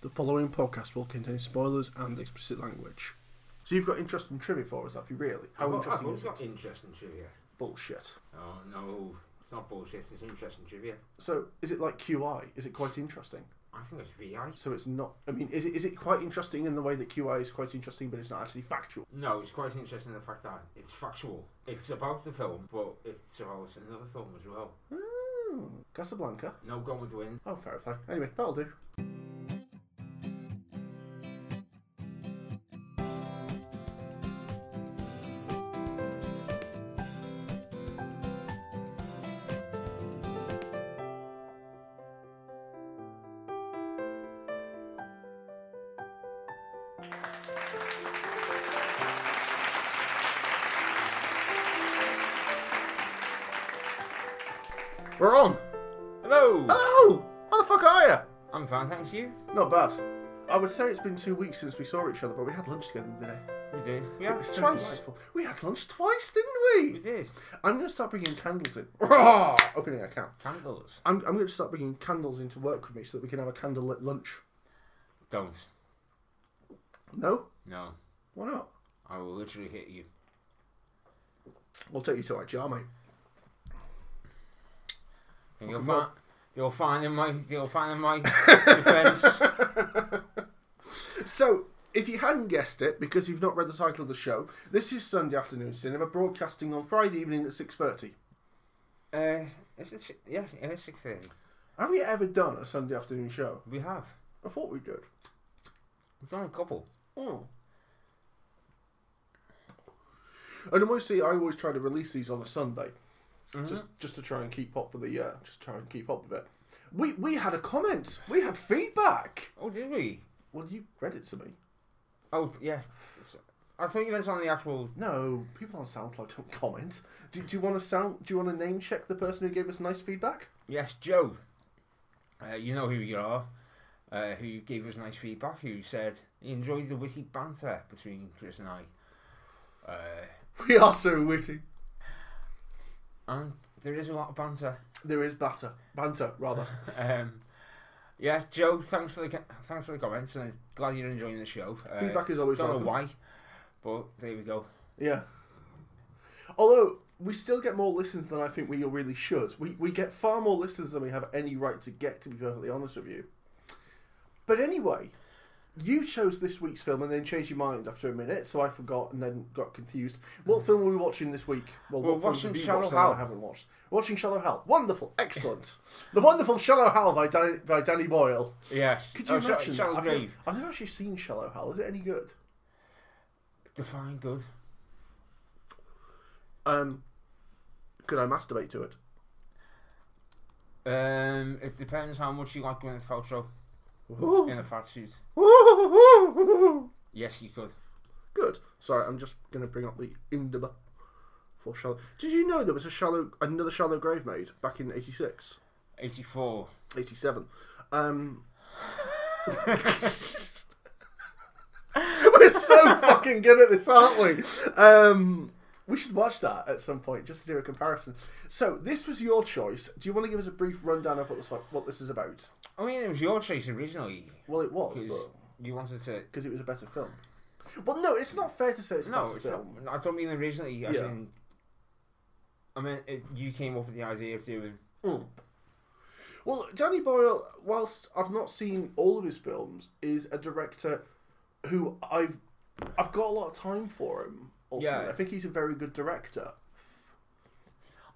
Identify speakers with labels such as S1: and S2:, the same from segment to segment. S1: The following podcast will contain spoilers and explicit language. So you've got interesting trivia for us, have you really? How
S2: I've got, I've
S1: interesting is
S2: always
S1: it?
S2: got interesting trivia.
S1: Bullshit.
S2: Oh, no, it's not bullshit, it's interesting trivia.
S1: So is it like QI? Is it quite interesting?
S2: I think it's VI.
S1: So it's not. I mean, is it is it quite interesting in the way that QI is quite interesting, but it's not actually factual?
S2: No, it's quite interesting the fact that it's factual. It's about the film, but it's about another film as well. Hmm.
S1: Oh, Casablanca.
S2: No Gone with the Wind.
S1: Oh, fair play. Anyway, that'll do. We're on.
S2: Hello!
S1: Hello. Oh! How the fuck are you?
S2: I'm fine, thanks you.
S1: Not bad. I would say it's been two weeks since we saw each other, but we had lunch together today.
S2: We did. We
S1: It
S2: had
S1: was so
S2: twice.
S1: delightful. We had lunch twice, didn't
S2: We
S1: we?
S2: did.
S1: I'm going to start bringing candles in. Opening a can.
S2: Candles.
S1: I'm, I'm going to start bringing candles into work with me so that we can have a candlelit lunch.
S2: Don't.
S1: No?
S2: No.
S1: Why not?
S2: I will literally hit you.
S1: We'll take you to our jar, mate.
S2: And you'll
S1: Well-
S2: find you'll find in my you'll find in my defence.
S1: So, if you hadn't guessed it, because you've not read the title of the show, this is Sunday Afternoon Cinema, broadcasting on Friday evening at 6.30.
S2: Uh, is it, si- yes, it is six thirty.
S1: Have we ever done a Sunday afternoon show?
S2: We have.
S1: I thought we did.
S2: We've done a couple.
S1: Oh. And mostly, I always try to release these on a Sunday, just just to try and keep up with the uh, just try and keep up with it. We we had a comment, we had feedback.
S2: Oh, did we?
S1: Well, you read it to me.
S2: Oh, yeah. S- I thought you meant on the actual.
S1: No, people on SoundCloud don't comment. Do, do you want to sound? Do you want to name check the person who gave us nice feedback?
S2: Yes, Joe. Uh, you know who you are. Uh, who gave us nice feedback? Who said he enjoyed the witty banter between Chris and I. Uh,
S1: We are so witty.
S2: and there is a lot of banter.
S1: There is banter, banter rather.
S2: Um, yeah, Joe. Thanks for the co- thanks for the comments, and glad you're enjoying the show. Uh,
S1: feedback is always
S2: don't
S1: welcome.
S2: know why, but there we go.
S1: Yeah. Although we still get more listens than I think we really should. We we get far more listens than we have any right to get, to be perfectly honest with you. But anyway, you chose this week's film and then changed your mind after a minute, so I forgot and then got confused. What film were we watching this week? Well,
S2: We're
S1: what films
S2: watching
S1: have you
S2: Shallow
S1: watched that I
S2: Hal.
S1: haven't watched. We're watching Shallow Hal. Wonderful, excellent. the wonderful Shallow Hal by, Dan- by Danny Boyle.
S2: Yes.
S1: Could you
S2: Oh, Sh-
S1: imagine?
S2: Shallow
S1: that? I've, never,
S2: Grave.
S1: I've never actually seen Shallow Hal. Is it any good?
S2: Define good.
S1: Um, could I masturbate to it?
S2: Um, it depends how much you like Gwyneth Paltrow in a fat suit.
S1: Good.
S2: Yes, you could.
S1: Sorry, I'm just going to bring up the Indaba for shallow. Did you know there was a shallow, another shallow grave made back in '86,
S2: 84.
S1: '87? Um, we're so fucking good at this, aren't we? Um, we should watch that at some point just to do a comparison. So this was your choice. Do you want to give us a brief rundown of what this, what this is about?
S2: I mean, it was your choice originally.
S1: Well, it was,
S2: 'cause
S1: but
S2: you wanted to.
S1: because it was a better film. Well, no, it's not fair to say it's a
S2: No,
S1: better
S2: it's
S1: film.
S2: not, I don't mean originally. I
S1: Yeah.
S2: mean, I mean it, you came up with the idea of doing.
S1: Mm. Well, Danny Boyle, whilst I've not seen all of his films, is a director who I've I've got a lot of time for him. Ultimately,
S2: Yeah.
S1: I think he's a very good director.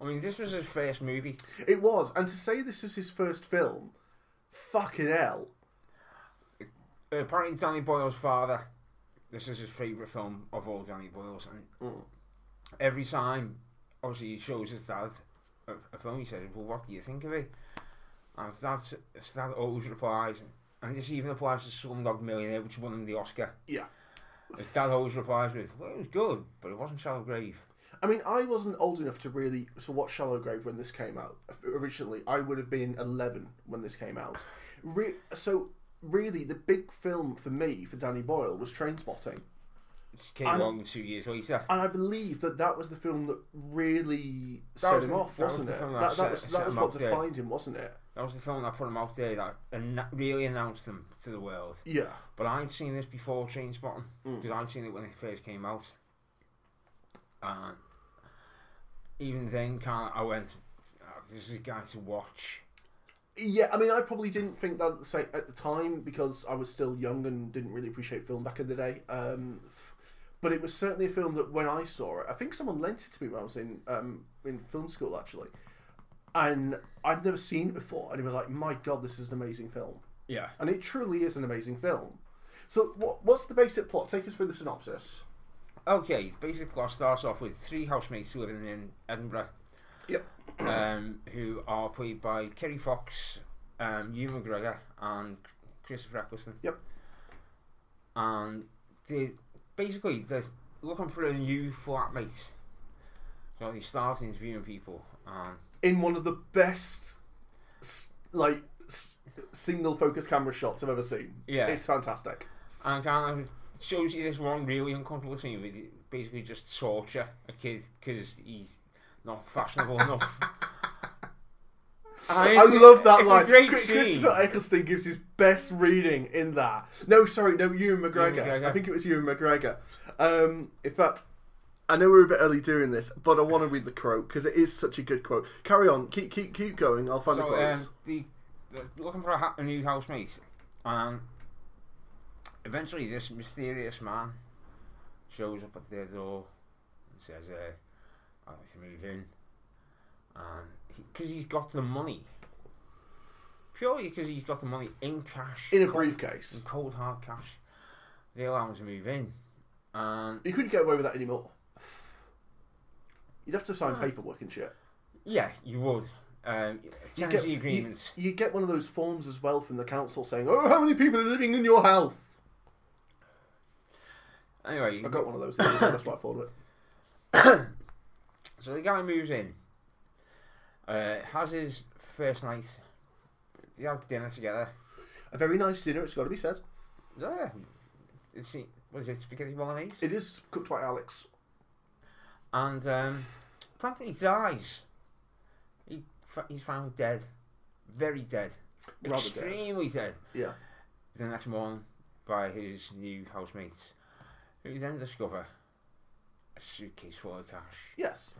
S2: I mean, this was his first movie.
S1: It was, and to say this is his first film, fucking hell.
S2: Uh, apparently Danny Boyle's father. This is his favourite film of all Danny Boyle's, and
S1: Mm.
S2: every time, obviously, he shows his dad a, a film. He says, "Well, what do you think of it?" And his dad's- his dad always replies, and this even applies to Slumdog Millionaire, which won him the Oscar.
S1: Yeah,
S2: His dad always replies with, "Well, it was good, but it wasn't Shallow Grave."
S1: I mean, I wasn't old enough to really to watch Shallow Grave when this came out originally. I would have been eleven when this came out. Re- so really, the big film for me for Danny Boyle was Trainspotting,
S2: It just came
S1: And-
S2: along two years later.
S1: and I believe that that was the film that really set
S2: was
S1: him
S2: the-
S1: off,
S2: that was
S1: wasn't
S2: the
S1: it?
S2: film
S1: That,
S2: that
S1: that
S2: set-
S1: was
S2: set
S1: that was
S2: him
S1: what
S2: up, yeah.
S1: defined him, wasn't it?
S2: That was the film that put him out there that and really announced him to the world.
S1: Yeah.
S2: But I'd seen this before Train Spotting
S1: Mm.
S2: because I'd seen it when it first came out. And even then, kind of, I went, "Oh, "This is a guy to watch."
S1: Yeah, I mean, I probably didn't think that say at the time because I was still young and didn't really appreciate film back in the day. Um, but it was certainly a film that when I saw it, I think someone lent it to me when I was in um, in film school actually, and I'd never seen it before, and it was like, my god, this is an amazing film,
S2: Yeah.
S1: and it truly is an amazing film. So, what, what's the basic plot? Take us through the synopsis.
S2: Okay. The basic plot starts off with three housemates living in Edinburgh,
S1: Yep.
S2: um, who are played by Kerry Fox, um, Hugh McGregor, and Christopher Eccleston.
S1: Yep.
S2: and they basically they're looking for a new flatmate. So they start interviewing people, um, and
S1: In one of the best, s- like, s- single focus camera shots I've ever seen.
S2: Yeah.
S1: it's fantastic.
S2: and kind of shows you this one really uncomfortable scene where they basically just torture a kid because he's not fashionable enough. And
S1: I
S2: it's-
S1: love that
S2: it's
S1: line.
S2: A great
S1: Chris-
S2: scene.
S1: Christopher Eccleston gives his best reading in that. No, sorry, no, Ewan McGregor.
S2: Ewan McGregor.
S1: I think it was Ewan McGregor. Um, in fact, I know we're a bit early doing this, but I want to read the quote because it is such a good quote. Carry on, keep keep keep going. I'll find the
S2: So
S1: quotes.
S2: um, the, they're looking for a, ha- a new housemate, and eventually this mysterious man shows up at their door and says, uh, "I'd like to move in," and because he, has got the money, purely because he's got the money in cash,
S1: in a
S2: cold,
S1: briefcase,
S2: in cold hard cash, they allow him to move in, and
S1: you couldn't get away with that anymore. You'd have to sign paperwork and shit.
S2: yeah, you would. Um,
S1: You
S2: tenancy
S1: you-
S2: agreements.
S1: You, get one of those forms as well from the council saying, "Oh, how many people are living in your house?"
S2: anyway,
S1: I got one of those. That's why I followed it.
S2: So the guy moves in, uh, has his first night. They have dinner together.
S1: A very nice dinner. It's got to be said.
S2: Yeah. It's, what is it, spaghetti bolognese?
S1: It is cooked by Alex.
S2: And um, promptly dies. He, f- he's found dead. Very dead.
S1: Rather dead.
S2: Extremely dead.
S1: Yeah.
S2: The next morning by his new housemates, who then discover a suitcase full of cash.
S1: Yes,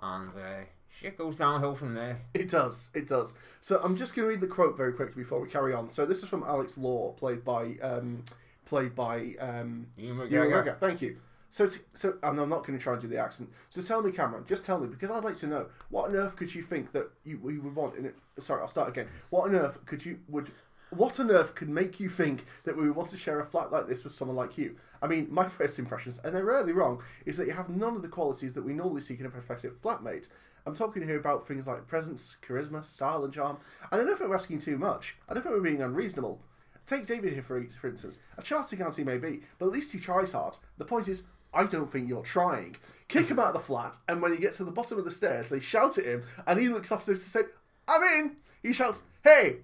S2: And uh, shit goes downhill from there.
S1: it does. It does. So I'm just going to read the quote very quickly before we carry on. So this is from Alex Law, played by um, played by um,
S2: Ewan McGregor.
S1: Ewan McGregor. Thank you. So t- so and I'm not going to try and do the accent. So tell me, Cameron, just tell me because I'd like to know what on earth could you think that you, you would want? In a, sorry, I'll start again. What on earth could you would? What on earth could make you think that we would want to share a flat like this with someone like you? I mean, my first impressions, and they're rarely wrong, is that you have none of the qualities that we normally seek in a prospective flatmate. I'm talking here about things like presence, charisma, style, and charm. And I don't think we're asking too much. I don't think we're being unreasonable. Take David here, for, for instance. A charting auntie may be, but at least he tries hard. The point is, I don't think you're trying. Kick him out of the flat, and when he gets to the bottom of the stairs, they shout at him, and he looks up as if to say, I'm in! He shouts, Hey,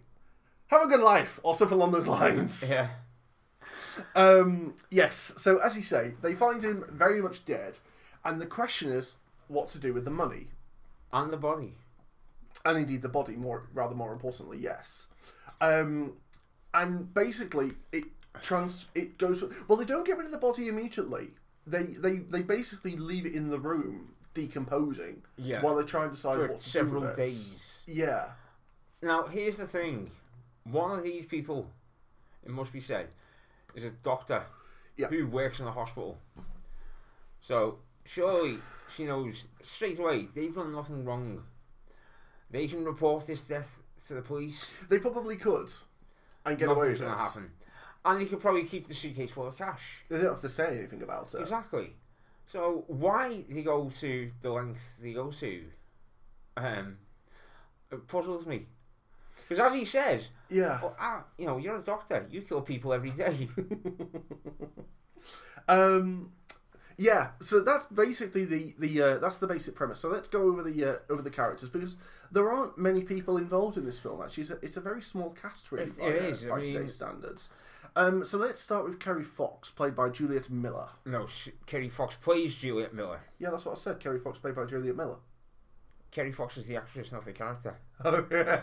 S1: have a good life, or something along those lines.
S2: Yeah.
S1: Um, yes, so as you say, they find him very much dead, and the question is what to do with the money,
S2: And the body.
S1: and indeed the body, more rather more importantly, yes. Um, and basically, it trans it goes. Well, they don't get rid of the body immediately. They they they basically leave it in the room decomposing
S2: Yeah.
S1: while they try and decide
S2: for
S1: what to do
S2: several
S1: with it.
S2: days.
S1: Yeah,
S2: Now, here's the thing: one of these people, it must be said, is a doctor
S1: Yeah.
S2: who works in a hospital. So surely she knows straight away they've done nothing wrong. They can report this death to the police.
S1: they probably could, and get away with
S2: Nothing's
S1: it.
S2: going to happen, and they could probably keep the suitcase full of cash.
S1: They don't have to say anything about it.
S2: Exactly. So why they go to the lengths they go to, um, it puzzles me. Because as he says,
S1: Yeah.
S2: Well, ah, you know, you're a doctor. You kill people every day.
S1: Um, yeah, so that's basically the the uh, that's the basic premise. So let's go over the uh, over the characters because there aren't many people involved in this film. Actually, it's a, it's a very small cast really
S2: It-
S1: by,
S2: it
S1: uh,
S2: is, I
S1: by
S2: mean-
S1: today's standards. Um, so let's start with Kerry Fox, played by Juliet Miller.
S2: no, sh- Kerry Fox plays Juliet Miller.
S1: Yeah, that's what I said. Kerry Fox, played by Juliet Miller.
S2: Kerry Fox is the actress, not the character.
S1: Oh yeah.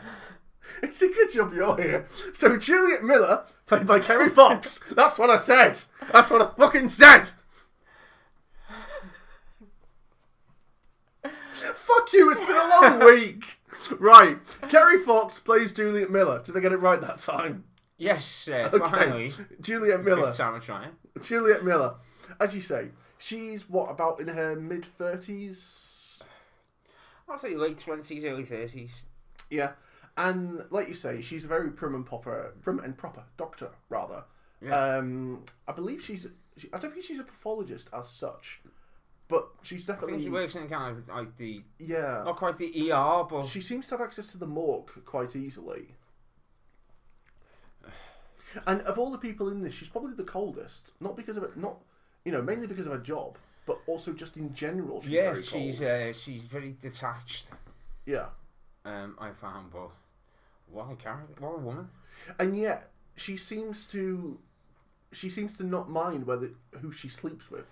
S1: It's a good job you're here. So Juliet Miller, played by Kerry Fox. That's what I said. That's what I fucking said. Fuck you, it's been a long week. Right. Kerry Fox plays Juliet Miller. Did they get it right that time?
S2: Yes, uh,
S1: Okay.
S2: finally.
S1: Juliet Miller.
S2: Fifth time I'm trying.
S1: Juliet Miller. As you say, she's what, about in her mid 30s?
S2: I'll say late 20s, early 30s.
S1: Yeah. And like you say, she's a very prim and proper, prim and proper doctor, rather.
S2: Yeah.
S1: Um, I believe she's. She, I don't think she's a pathologist as such, but she's
S2: I think
S1: definitely.
S2: she works in kind of like the
S1: yeah.
S2: not quite the ER, but
S1: She seems to have access to the morgue quite easily. And of all the people in this, she's probably the coldest. Not because of it, not you know, mainly because of her job, but also just in general. She's
S2: yeah,
S1: very cold.
S2: she's uh, she's very detached.
S1: yeah,
S2: Um, I found, but what a character, what a woman.
S1: and yet she seems to, she seems to not mind whether who she sleeps with.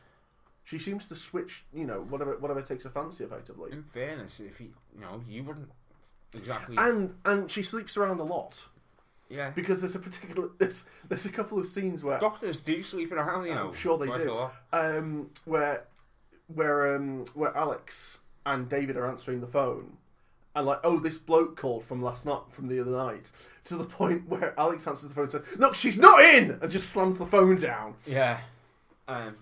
S1: She seems to switch, you know, whatever whatever takes her fancy, effectively.
S2: In fairness, if you, you know, you wouldn't exactly.
S1: And and she sleeps around a lot
S2: yeah,
S1: because there's a particular there's there's a couple of scenes where
S2: doctors do sleep around, you know.
S1: I'm sure they
S2: quite a
S1: do.
S2: lot.
S1: Um, where where um, where Alex and David are answering the phone, and like, oh, this bloke called from last night, from the other night, to the point where Alex answers the phone and says, "Look, she's not in," and just slams the phone down.
S2: Yeah. Um,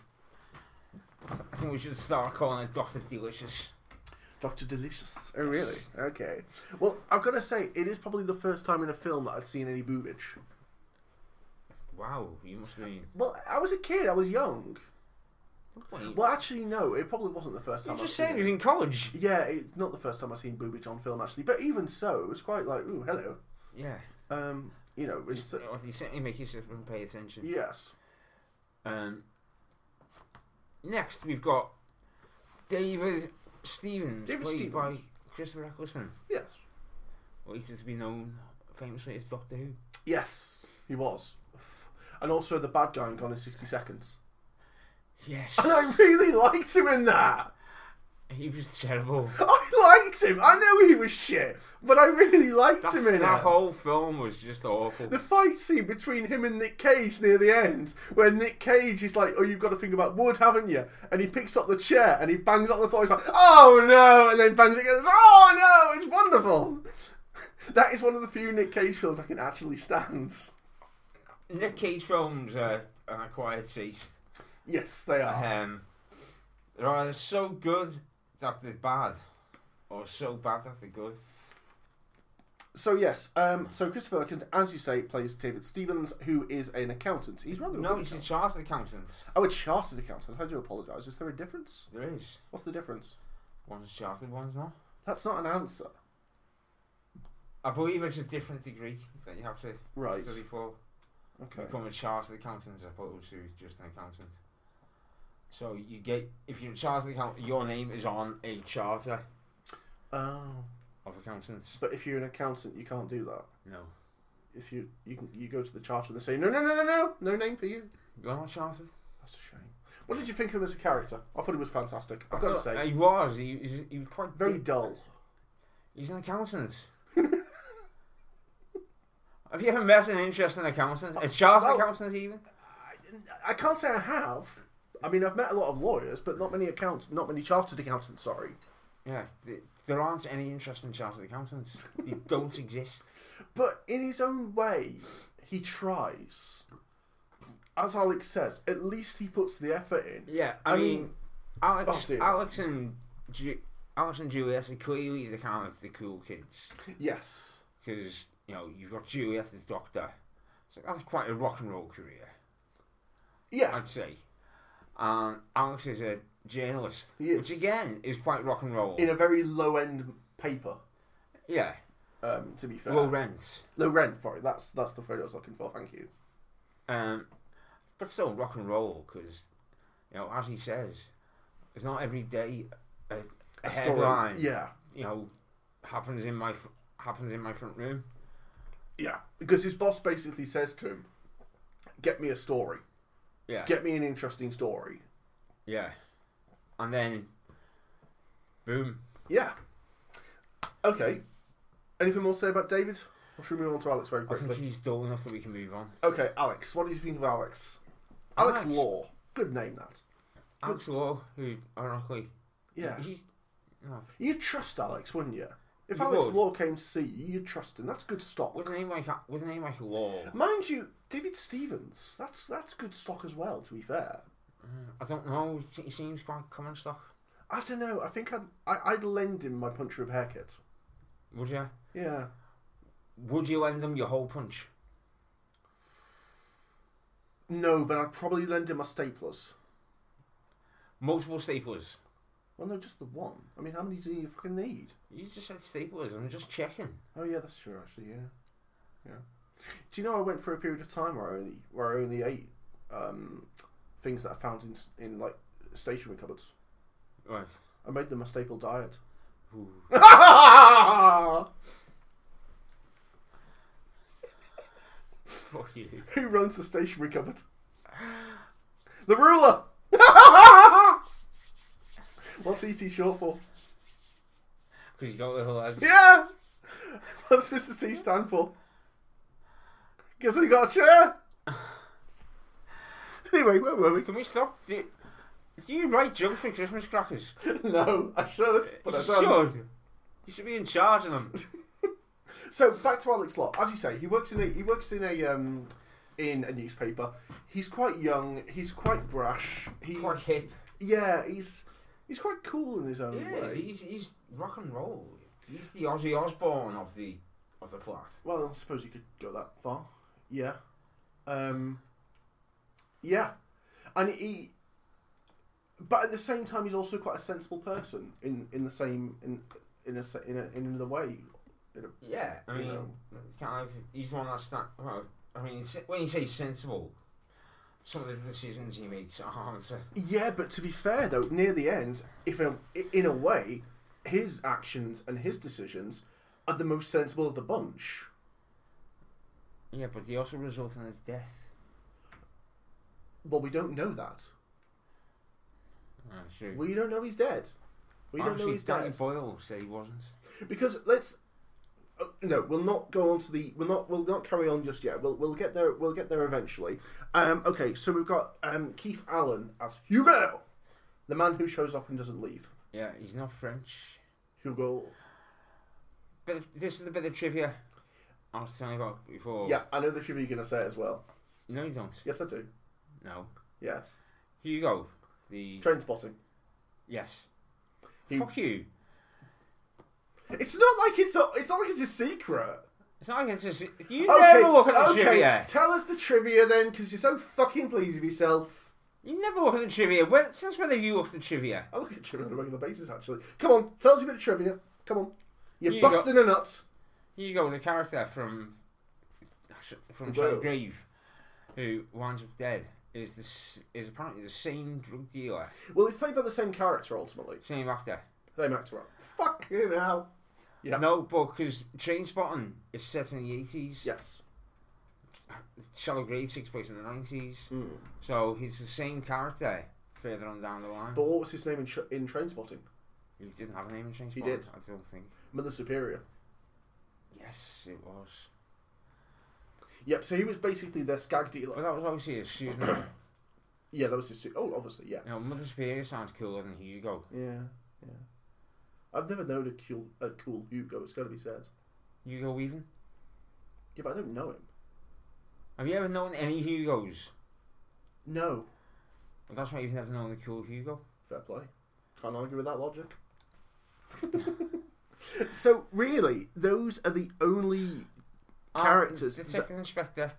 S2: I think we should start calling it Doctor Delicious.
S1: Doctor Delicious. Oh, really? Okay. Well, I've got to say, it is probably the first time in a film that I'd seen any boobage.
S2: Wow, you must have been.
S1: Well, I was a kid. I was young.
S2: Wait,
S1: Well, actually, no, it probably wasn't the first time.
S2: you just
S1: I've seen
S2: said he was in college.
S1: Yeah, it's not the first time I've seen boobage on film actually, but even so, it was quite like, ooh, hello.
S2: Yeah.
S1: Um, you know, it's,
S2: Or they certainly make you sit and pay attention.
S1: yes,
S2: Um, next, we've got David Stevens,
S1: David
S2: played by
S1: Stevens.
S2: Christopher Eccleston,
S1: yes,
S2: later to be known famously as Doctor Who.
S1: yes, he was, and also the bad guy in Gone in sixty seconds,
S2: Yes,
S1: and I really liked him in that.
S2: he was terrible.
S1: I liked him. I know he was shit, but I really liked
S2: That,
S1: him in
S2: that
S1: it.
S2: whole film was just awful.
S1: The fight scene between him and Nick Cage near the end, where Nick Cage is like, "Oh, you've got to think about wood, haven't you?" And he picks up the chair and he bangs on the floor. He's like, "Oh no!" And then bangs it again. It's, Oh no! It's wonderful. That is one of the few Nick Cage films I can actually stand.
S2: Nick Cage films are an acquired taste.
S1: Yes, they are.
S2: Um, they're either so good that they're bad, or so bad that they're good.
S1: So yes, um, so Christopher Eccleston, as you say, plays David Stevens, who is an accountant. He's rather a
S2: No,
S1: good
S2: he's a
S1: accountant.
S2: chartered accountant.
S1: oh, a chartered accountant. I do apologise. Is there a difference?
S2: There is.
S1: What's the difference?
S2: One's chartered, one's not.
S1: That's not an answer,
S2: I believe it's a different degree that you have to
S1: right?
S2: study for.
S1: Okay.
S2: Become a chartered accountant as opposed to just an accountant. So you get if you're a chartered accountant, your name is on a charter
S1: Oh.
S2: of accountants.
S1: But if you're an accountant, you can't do that.
S2: No,
S1: If you you can, you go to the charter and they say no no no no no no name for you.
S2: you're not chartered.
S1: That's a shame. What did you think of him as a character? I thought he was fantastic. I've
S2: I
S1: got to
S2: thought-
S1: say,
S2: he was. He, he's, he was quite
S1: very
S2: di-
S1: dull.
S2: He's an accountant. Have you ever met an interesting accountant? A chartered
S1: Well-
S2: accountant even?
S1: I can't say I have. I mean, I've met a lot of lawyers, but not many accountants. Not many chartered accountants. Sorry.
S2: Yeah, th- there aren't any interesting chartered accountants. they don't exist.
S1: But in his own way, he tries. As Alex says, at least he puts the effort in.
S2: Yeah, I,
S1: I
S2: mean,
S1: mean- Oh,
S2: Alex,
S1: dear.
S2: Alex and Ju- Alex and Juliet are clearly the kind of the cool kids
S1: Yes.
S2: because you know you've got Juliet the doctor, so that's quite a rock and roll career,
S1: Yeah.
S2: I'd say. And Alex is a journalist,
S1: He
S2: which
S1: is.
S2: again is quite rock and roll.
S1: In a very low end paper.
S2: yeah,
S1: Um, to be fair,
S2: low rent,
S1: low rent. Sorry, that's that's the phrase I was looking for. Thank you.
S2: um, but still rock and roll because you know as he says, it's not every day a, a headline
S1: Yeah,
S2: you know happens in my f- happens in my front room.
S1: yeah. Because his boss basically says to him, "Get me a story.
S2: Yeah.
S1: Get me an interesting story."
S2: Yeah. And then, boom.
S1: Yeah. Okay. Anything more to say about David? Or should we move on to Alex very
S2: I think
S1: quickly?
S2: he's dull enough that we can move on.
S1: Okay, Alex. What do you think of Alex? Alex,
S2: Alex.
S1: Law. Good name, that.
S2: Alex Law, who ironically,
S1: Yeah.
S2: he, no,
S1: You'd trust Alex, wouldn't you? If
S2: You
S1: Alex
S2: would.
S1: Law came to see you, you'd trust him. That's good stock.
S2: with a name like with a name like Law,
S1: Mind you, David Stevens. That's that's good stock as well. To be fair,
S2: I don't know. He se- seems quite common stock.
S1: I don't know. I think I'd I, I'd lend him my punch rib haircut.
S2: Would you?
S1: Yeah.
S2: Would you lend them your whole punch?
S1: No, but I'd probably lend him my staplers.
S2: Multiple staplers.
S1: Well, no, just the one. I mean, how many do you fucking need?
S2: You just said staplers. I'm just checking.
S1: Oh yeah, that's true. Actually, yeah, yeah. Do you know I went for a period of time where I only where I only ate um, things that I found in s- in like stationery cupboards.
S2: Right.
S1: I made them a staple diet.
S2: Ooh. Fuck you.
S1: Who runs the stationery cupboard? The ruler. What's ET short for?
S2: Because you got little heads.
S1: Yeah. What's Mr. T stand for? Guess I got a chair. Anyway, where were we?
S2: Can we stop? Do you, do you write jokes for Christmas crackers?
S1: No, I should, but I
S2: you
S1: don't.
S2: should. You should be in charge of them.
S1: So back to Alex Lott. As you say, he works in a he works in a um in a newspaper. He's quite young. He's quite brash. He
S2: Quite hip.
S1: yeah. He's he's quite cool in his own
S2: Yeah,
S1: way.
S2: he's, he's rock and roll. He's the Ozzy Osbourne of the of the flat.
S1: Well, I suppose you could go that far. Yeah. Um. Yeah, and he. But at the same time, he's also quite a sensible person in in the same in in a se- in, a, in another way.
S2: Yeah, I
S1: You
S2: mean,
S1: know.
S2: kind of. He's one that's that. Well, I mean, s- when you say sensible, some of the decisions he makes are hard to.
S1: Yeah, but to be fair though, near the end, if a, in a way, his actions and his decisions are the most sensible of the bunch.
S2: Yeah, but they also result in his death.
S1: Well, we don't know that.
S2: That's Ah, true.
S1: We don't know he's dead. We don't know
S2: Actually,
S1: he's
S2: Danny
S1: dead.
S2: Boyle said he wasn't.
S1: because let's oh, no we'll not go on to the we'll not we'll not carry on just yet we'll, we'll get there we'll get there eventually um okay so we've got um keith allen as hugo the man who shows up and doesn't leave
S2: Yeah, he's not French.
S1: hugo
S2: But if- this is the bit of trivia I was telling you about before.
S1: yeah i know that you're gonna say it as well
S2: No, you don't.
S1: yes i do
S2: No.
S1: yes
S2: Hugo. The
S1: train spotting
S2: yes.
S1: He-
S2: Fuck you.
S1: it's not like it's not, it's not like it's a secret
S2: It's not like it's just, you never look at the
S1: okay.
S2: trivia.
S1: tell us the trivia then because you're so fucking pleased with yourself
S2: You never look at the trivia. When, since when have you looked at the trivia?
S1: I look at trivia on a regular basis, actually. Come on, tell us a bit of trivia. Come on. You're
S2: You
S1: busting a nut.
S2: Hugo, the character from from
S1: Well.
S2: Shell Grave, who winds up dead, is this is apparently the same drug dealer,
S1: Well, he's played by the same character, ultimately.
S2: same actor.
S1: Same actor. Fucking hell. Yeah.
S2: No, but because Trainspotting is set in the eighties.
S1: Yes.
S2: Shallow Grave takes place in the nineties.
S1: Mm.
S2: So he's the same character further on down the line.
S1: But what was his name in, Sh- in Trainspotting?
S2: he didn't have a name in Trainspotting.
S1: did.
S2: I don't think.
S1: Mother Superior.
S2: Yes, it was.
S1: Yep, so he was basically their scag
S2: But
S1: dealer.
S2: that was obviously a pseudonym.
S1: Yeah, that was his. su- Oh, obviously, yeah.
S2: you know, Mother Superior sounds cooler than Hugo.
S1: Yeah, yeah. I've never known a cool, a cool Hugo, it's gotta be said.
S2: Hugo Weaving.
S1: Yeah, but I don't know him.
S2: Have you ever known any Hugos?
S1: No.
S2: Well, that's why you've never known the cool Hugo.
S1: Fair play. Can't argue with that logic. so really, those are the only characters
S2: Ah, Detective Inspector.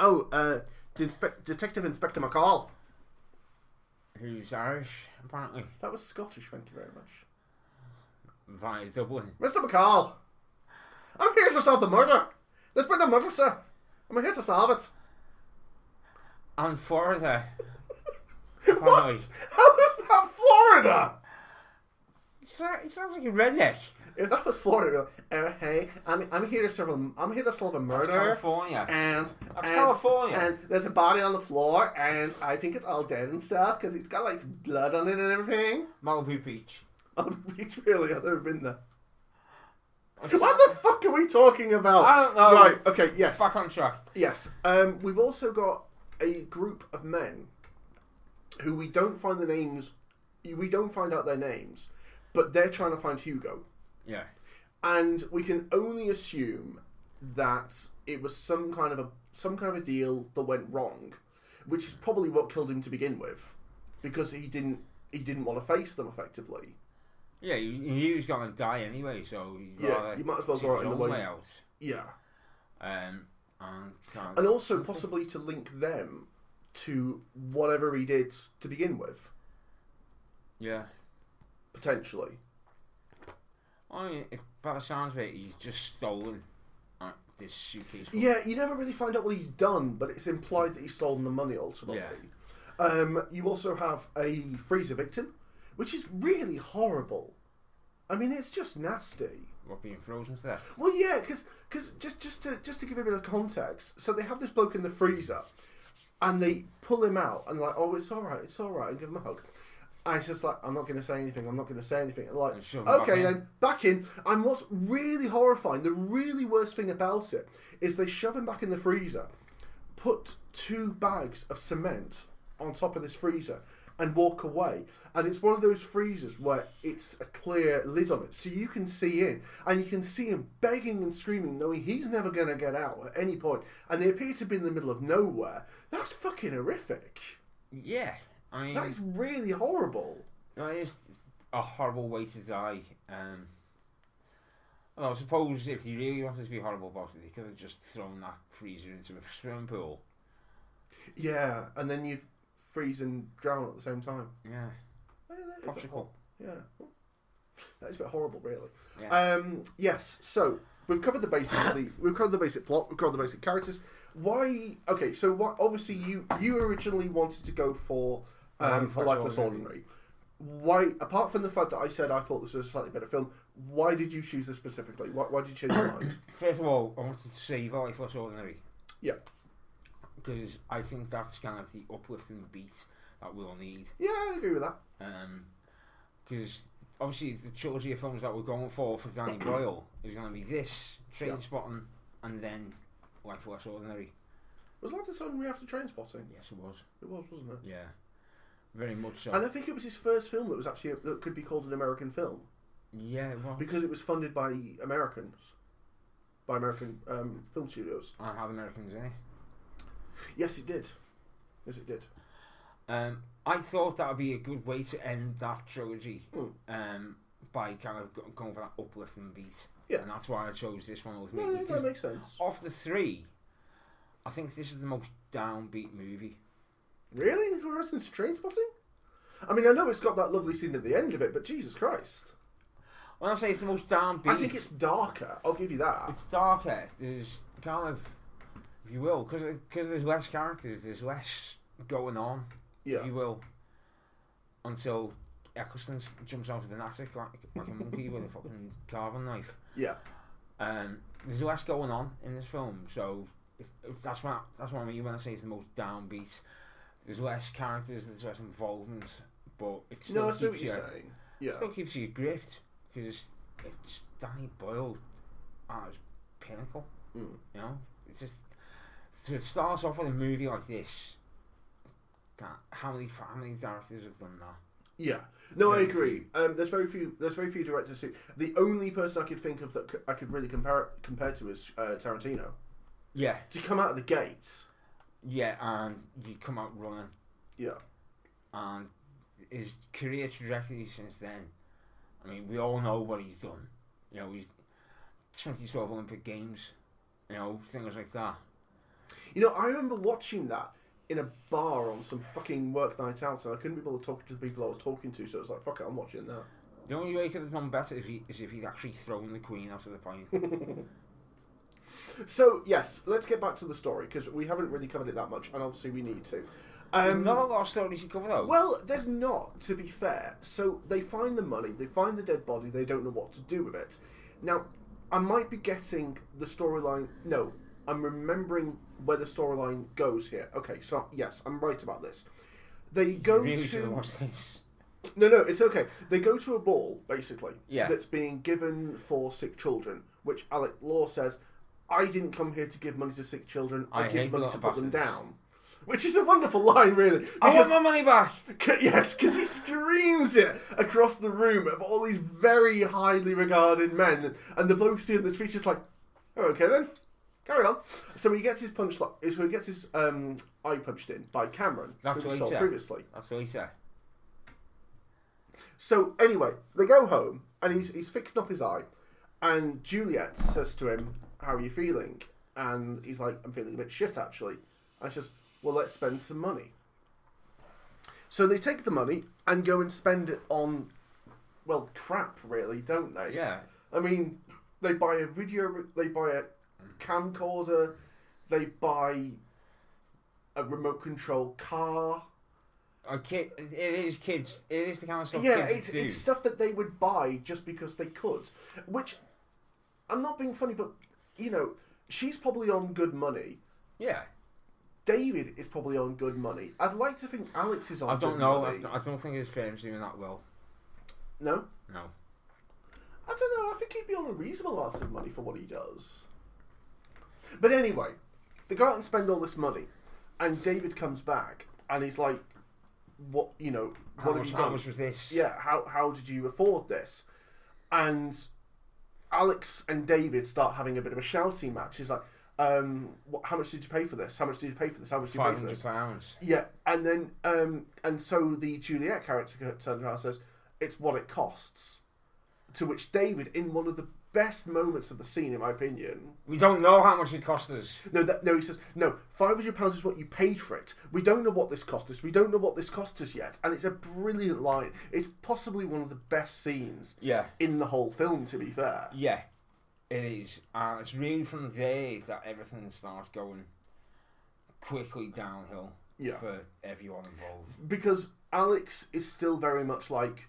S1: Oh, uh, De- Inspe- Detective Inspector McCall.
S2: Who's Irish, apparently,
S1: That was Scottish. Thank you very much,
S2: via Dublin.
S1: Mr. McCall. I'm here to solve the murder. There's been a murder, sir. I'm here to solve it.
S2: And Florida. Oh,
S1: What? How
S2: Apparently.
S1: is that Florida?
S2: He sa- he sounds like a redneck.
S1: If that was Florida, it'd be like, oh, hey, I'm, I'm here to solve a, I'm here to solve a
S2: That's
S1: murder.
S2: California.
S1: and
S2: That's
S1: and-
S2: California.
S1: And there's a body on the floor, and I think it's all dead and stuff because it's got like blood on it and everything.
S2: Malibu Beach.
S1: Oh, really, I've never been there. What the fuck are we talking about?
S2: I don't know.
S1: Right, okay, yes.
S2: Back on track.
S1: Yes. Um, we've also got a group of men who we don't find the names, we don't find out their names, but they're trying to find Hugo.
S2: Yeah.
S1: And we can only assume that it was some kind of a some kind of a deal that went wrong, which is probably what killed him to begin with, because he didn't he didn't want to face them effectively.
S2: Yeah, you, you knew he was going to die anyway, so you'd
S1: Yeah,
S2: rather
S1: you might as well
S2: take
S1: go out
S2: his
S1: in the
S2: own
S1: way.
S2: out.
S1: Yeah.
S2: Um, and, kind
S1: and also possibly to link them to whatever he did to begin with,
S2: yeah.
S1: potentially.
S2: I mean, if, Oh, by the sounds of it, he's just stolen uh, this suitcase. from-
S1: Yeah, you never really find out what he's done, but it's implied that he's stolen the money ultimately. Um, you also have a freezer victim, which is really horrible. I mean, it's just nasty.
S2: What being frozen to death?
S1: Well, yeah, because just just to just to give a bit of context, so they have this bloke in the freezer, and they pull him out and like, oh, it's all right, it's all right, and give him a hug. And it's just like, I'm not going to say anything. I'm not going to say anything. And like,
S2: And shove him back
S1: okay
S2: in.
S1: then, back in. And what's really horrifying, the really worst thing about it is they shove him back in the freezer, put two bags of cement on top of this freezer, and walk away. And it's one of those freezers where it's a clear lid on it, so you can see in, and you can see him begging and screaming, knowing he's never going to get out at any point. And they appear to be in the middle of nowhere. That's fucking horrific.
S2: Yeah. I mean,
S1: That is really horrible.
S2: that is a horrible way to die. Um, well, I suppose if you really wanted to be horrible about it, they could have just thrown that freezer into a swimming pool.
S1: Yeah, and then you'd freeze and drown at the same time.
S2: Yeah.
S1: Yeah, that is a bit
S2: Popsicle.
S1: Yeah. That is a bit horrible, really.
S2: Yeah.
S1: Um, yes, so we've covered the basic the, we've covered the basic plot, we've covered the basic characters. Why okay, so what obviously you you originally wanted to go for um
S2: Lifeless
S1: for Lifeless Ordinary.
S2: Ordinary.
S1: Why apart from the fact that I said I thought this was a slightly better film, why did you choose this specifically? Why, why did you change your mind?
S2: First of all, I wanted to save Life Less Ordinary.
S1: Yeah.
S2: Because I think that's kind of the uplifting beat that we all need.
S1: Yeah, I agree with that.
S2: Because Um, obviously the trilogy of films that we're going for for Danny Boyle is going to be this, Train
S1: Yeah.
S2: Spotting, and then Life Less Ordinary.
S1: Was Lifeless Ordinary after train spotting?
S2: Yes, it was.
S1: It was, wasn't it?
S2: Yeah. Very much so.
S1: And I think it was his first film that was actually that could be called an American film.
S2: yeah, it was.
S1: because it was funded by Americans, by American um, film studios.
S2: I have Americans, eh?
S1: Yes, it did. Yes, it did.
S2: Um, I thought that would be a good way to end that trilogy
S1: Hmm.
S2: um, by kind of go- going for that uplifting beat.
S1: Yeah.
S2: And that's why I chose this one with me.
S1: No, no,
S2: because
S1: that makes sense.
S2: of the three, I think this is the most downbeat movie.
S1: Really, in comparison to Train Spotting? I mean, I know it's got that lovely scene at the end of it, but Jesus Christ,
S2: When I say it's the most downbeat,
S1: I think it's darker. I'll give you that.
S2: it's darker. There's kind of, if you will, because there's less characters, there's less going on, if
S1: Yeah,
S2: you will, until Eccleston s- jumps out of an attic like, like a monkey with a fucking carving knife.
S1: yeah,
S2: Um, there's less going on in this film, so it's, it's, that's what that's what I mean when I say it's the most downbeat. There's less characters, there's less involvement, but it still
S1: No, I
S2: keeps
S1: see what
S2: you.
S1: you're saying. Yeah,
S2: still keeps you gripped because it's Danny Boyle at his Ah, pinnacle.
S1: Mm.
S2: You know, it's just to start off with a movie like this. That how many how many directors have done that?
S1: yeah. No, I
S2: Very
S1: agree. Um, there's very few. There's very few directors who. The only person I could think of that c- I could really compare compare to is uh, Tarantino.
S2: Yeah,
S1: To come out of the gate.
S2: yeah, and you come out running,
S1: Yeah.
S2: and his career trajectory since then. I mean, we all know what he's done. You know, he's 2012 Olympic Games. You know, things like that.
S1: You know, I remember watching that in a bar on some fucking work night out, and I couldn't be bothered talking to the people I was talking to, so it's like, fuck it, I'm watching that.
S2: The only way he could have done better is, he, is if he'd actually thrown the Queen out of the plane.
S1: Um, So, yes, let's get back to the story, because we haven't really covered it that much, and obviously we need to.
S2: There's
S1: Um,
S2: not a lot of stories you cover though.
S1: well, there's not, to be fair. So, they find the money, they find the dead body, they don't know what to do with it. Now, I might be getting the storyline. No, I'm remembering where the storyline goes here. Okay, so, yes, I'm right about this. They go
S2: really
S1: to.
S2: should have watched this.
S1: No, no, it's okay. They go to a ball, basically,
S2: Yeah.
S1: that's being given for sick children, which Alec Law says, I didn't come here to give money to sick children, I,
S2: I
S1: give
S2: hate
S1: money
S2: lot
S1: to
S2: of
S1: put them
S2: bastards."
S1: down. Which is a wonderful line, really.
S2: I
S1: Because,
S2: want my money back.
S1: yes, because he screams it across the room of all these very highly regarded men, and the bloke doing the speech is like, oh, okay then, carry on. So he gets his punch, so he gets his um, eye punched in by Cameron,
S2: That's
S1: who
S2: what
S1: we
S2: he
S1: saw
S2: said.
S1: previously.
S2: That's what he said.
S1: So anyway, they go home and he's he's fixing up his eye, and Juliet says to him, "How are you feeling?" And he's like, "I'm feeling a bit shit actually." And she says, "Well, let's spend some money." So they take the money and go and spend it on, well, crap really, don't they?
S2: Yeah.
S1: I mean, they buy a video, they buy a camcorder, they buy a remote control car.
S2: A kid, it is kids. It is the kind of stuff
S1: yeah, it's,
S2: kids do.
S1: it's stuff that they would buy just because they could. Which, I'm not being funny, but you know, she's probably on good money.
S2: yeah.
S1: David is probably on good money. I'd like to think Alex is on.
S2: I don't
S1: good
S2: know. I
S1: money.
S2: don't- I don't think his firm's doing that well.
S1: No,
S2: No.
S1: I don't know. I think he'd be on a reasonable amount of money for what he does. But anyway, they go out and spend all this money, and David comes back and he's like, "What? You know,
S2: How
S1: what have
S2: much,
S1: you
S2: how
S1: done?"
S2: much was this?
S1: yeah, how how did you afford this? And Alex and David start having a bit of a shouting match. He's like, um, what, how much did you pay for this? How much did you pay for this? How much did you pay
S2: Five
S1: for
S2: hundred
S1: this?
S2: pounds.
S1: Yeah, and then um, and so the Juliet character co- turns around and says, "It's what it costs." To which David, in one of the best moments of the scene, in my opinion,
S2: We don't know how much it cost us.
S1: no, that, no, he says no. Five hundred pounds is what you paid for it. We don't know what this cost us. We don't know what this cost us yet. And it's a brilliant line. It's possibly one of the best scenes
S2: Yeah.
S1: in the whole film. To be fair,
S2: Yeah. It is. And it's really from there that everything starts going quickly downhill
S1: Yeah.
S2: for everyone involved.
S1: because Alex is still very much like,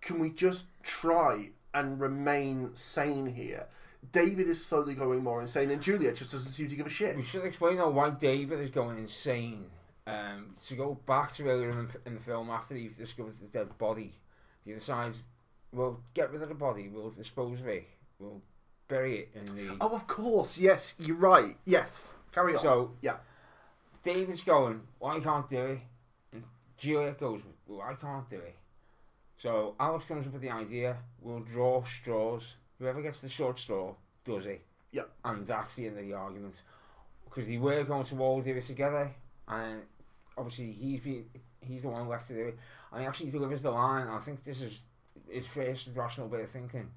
S1: can we just try and remain sane here? David is slowly going more insane, and Julia just doesn't seem to give a shit.
S2: We should explain though why David is going insane. Um, to go back to earlier in the, in the film, after he's discovered the dead body, he decides, "We'll get rid of the body. We'll dispose of it. We'll bury it in the."
S1: Oh, of course, yes, you're right. Yes, carry on.
S2: So
S1: yeah,
S2: David's going, "Well, I can't do it." And Juliet goes, "Well, I can't do it." So Alice comes up with the idea: we'll draw straws. Whoever gets the short straw does it.
S1: yeah,
S2: and that's the end of the argument because they were going to all do it together, and obviously he's been, he's the one left to do it, and he actually delivers the line. I think this is his first rational way of thinking.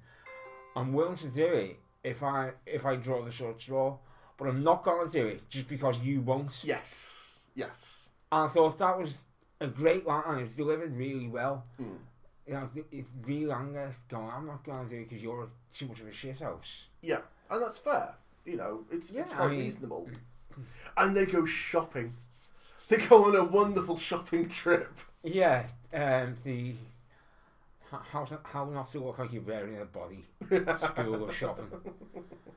S2: I'm willing to do it if I if I draw the short straw, but I'm not gonna do it just because you won't.
S1: yes, yes.
S2: And I thought that was a great line, and it was delivered really well.
S1: Hmm.
S2: You know, it- it really angered going. I'm not gonna do it because you're too much of a shit house.
S1: Yeah, and that's fair. You know, it's it's
S2: Yeah,
S1: quite
S2: I mean-
S1: reasonable. And they go shopping. They go on a wonderful shopping trip.
S2: Yeah, um, the h- how to, how not to look like you're wearing a body school of shopping.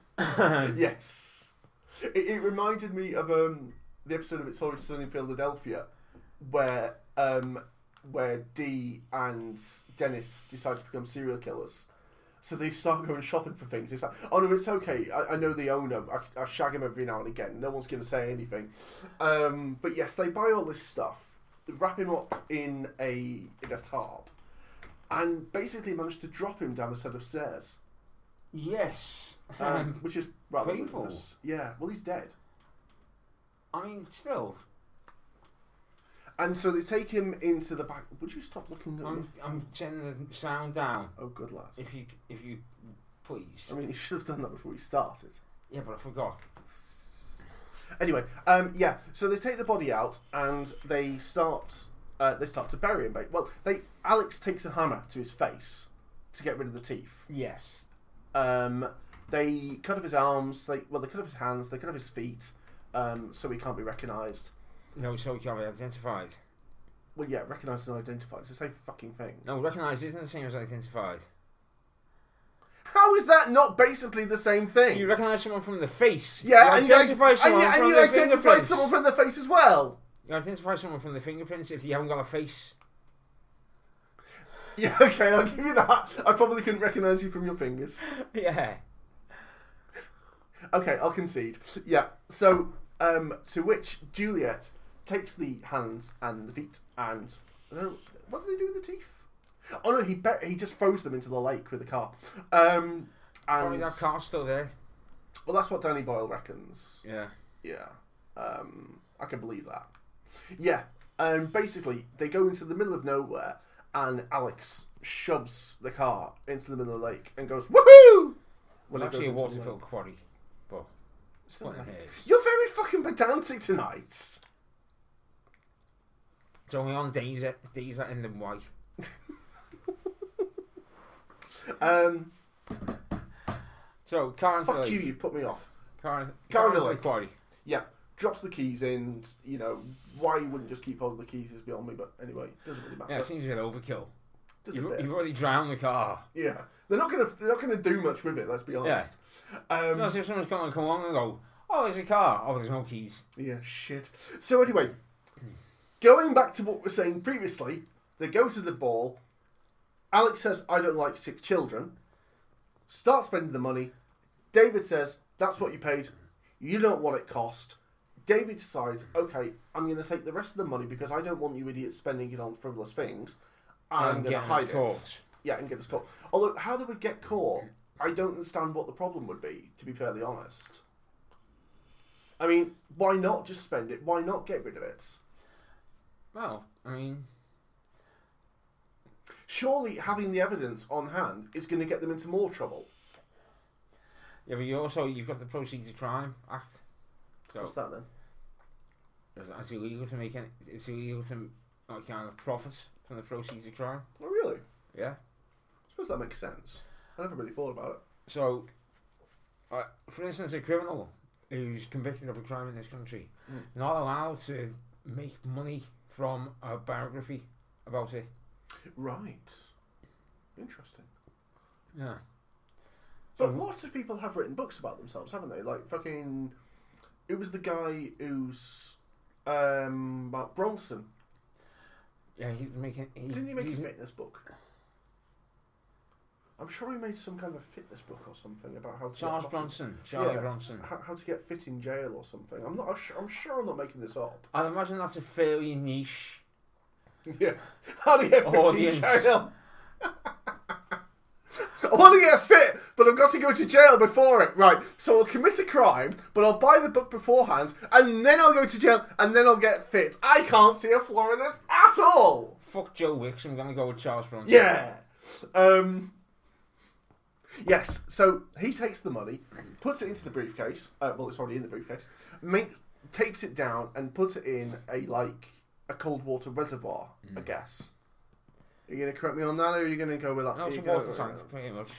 S1: Yes, it, it reminded me of um, the episode of It's Always Sunny in Philadelphia, where um, where Dee and Dennis decide to become serial killers. So they start going shopping for things. It's like, oh no, it's okay. I, I know the owner. I, I shag him every now and again. No one's going to say anything. Um, but yes, they buy all this stuff, they wrap him up in a in a tarp, and basically manage to drop him down a set of stairs
S2: Yes,
S1: um,
S2: um,
S1: which is rather
S2: painful.
S1: ludicrous. Yeah, well, he's dead,
S2: I mean, still,
S1: and so they take him into the back. Would you stop looking at?
S2: I'm
S1: me?
S2: I'm turning the sound down.
S1: Oh, good lad.
S2: If you if you please.
S1: I mean, you should have done that before we started.
S2: Yeah, but I forgot.
S1: Anyway, um, yeah. So they take the body out and they start. Uh, they start to bury him. ba- Well, they Alex takes a hammer to his face to get rid of the teeth.
S2: Yes,
S1: Um, they cut off his arms. They well, they cut off his hands. They cut off his feet, um, so he can't be recognised.
S2: no, so you can't be identified.
S1: Well, yeah, recognised and identified. It's the same fucking thing.
S2: No, recognised isn't the same as identified.
S1: How is that not basically the same thing?
S2: You recognise someone from the face.
S1: Yeah,
S2: you
S1: and you,
S2: identify
S1: and
S2: someone
S1: you, and
S2: from
S1: you
S2: the
S1: identify
S2: fingerprints.
S1: someone from the face as well.
S2: You identify someone from the fingerprints if you haven't got a face.
S1: Yeah, okay, I'll give you that. I probably couldn't recognise you from your fingers.
S2: yeah.
S1: Okay, I'll concede. Yeah. So, um, to which Juliet takes the hands and the feet and I don't know, what do they do with the teeth? Oh no, he bet he just throws them into the lake with a car. Um,
S2: Probably
S1: and
S2: that car's still there.
S1: well, that's what Danny Boyle reckons.
S2: Yeah.
S1: Yeah. Um, I can believe that. Yeah. Um, basically, they go into the middle of nowhere, and Alex shoves the car into the middle of the lake and goes woohoo.
S2: It was
S1: it goes
S2: actually a
S1: into the
S2: water-filled quarry, but it's
S1: lake.
S2: what it is.
S1: You're very fucking pedantic tonight.
S2: It's only on days that days that end in white.
S1: Um,
S2: So car into the
S1: fuck you,
S2: lake.
S1: you've put me off.
S2: Car,
S1: Car
S2: car
S1: into
S2: into
S1: the
S2: the
S1: lake.
S2: quarry.
S1: Yeah, drops the keys in. You know why you wouldn't just keep holding the keys is beyond me. But anyway, doesn't really matter.
S2: Yeah, it seems a bit overkill.
S1: Just a
S2: You've,
S1: bit.
S2: you've already drowned the car.
S1: Yeah, they're not gonna they're not gonna do much with it. Let's be honest. Um,
S2: It's not as if someone's going to come along and go, "Oh, there's a car. Oh, there's no keys."
S1: Yeah, shit. So anyway, going back to what we were saying previously, they go to the ball. Alex says, "I don't like sick children." Start spending the money. David says, "That's what you paid. You don't what it cost." David decides, "Okay, I'm going to take the rest of the money because I don't want you idiots spending it on frivolous things. I'm, going to
S2: getting
S1: hide it."
S2: caught.
S1: Yeah, and get us caught. Although how they would get caught, I don't understand what the problem would be. To be fairly honest, I mean, why not just spend it? Why not get rid of it?
S2: Well, I mean,
S1: Surely having the evidence on hand is going to get them into more trouble.
S2: yeah, but you also you've got the Proceeds of Crime Act. So
S1: What's that then?
S2: it's it's illegal to make any, it's illegal to like kind of profit from the proceeds of crime.
S1: Oh, really? I
S2: Yeah.
S1: suppose that makes sense. I never really thought about it.
S2: So, uh, for instance, a criminal who's convicted of a crime in this country
S1: Hmm.
S2: not allowed to make money from a biography about it.
S1: Right. Interesting.
S2: Yeah.
S1: But lots of people have written books about themselves, haven't they? Like fucking, it was the guy who's um Mark Bronson.
S2: Yeah, he's making. He,
S1: Didn't he make
S2: he's,
S1: a fitness book? I'm sure he made some kind of a fitness book or something about how to
S2: Charles
S1: get
S2: Bronson, Charlie
S1: Yeah.
S2: Bronson.
S1: How, how to get fit in jail or something. I'm not. I'm sure I'm not making this up.
S2: I'd imagine that's a fairly niche.
S1: Yeah. How to get fit
S2: Audience.
S1: in jail. I want to get fit, but I've got to go to jail before it. Right, so I'll commit a crime, but I'll buy the book beforehand, and then I'll go to jail, and then I'll get fit. I can't see a flaw in this at all.
S2: Fuck Joe Wicks. I'm gonna go with Charles Bronson.
S1: Yeah. Um. Yes. So he takes the money, puts it into the briefcase. Uh, well, it's already in the briefcase. Make, tapes it down and puts it in a like a cold water reservoir.
S2: Mm.
S1: I guess. Are you going to correct me on that, or are you going to go with that?
S2: No,
S1: are
S2: it's a
S1: you gonna-
S2: water tank, pretty much.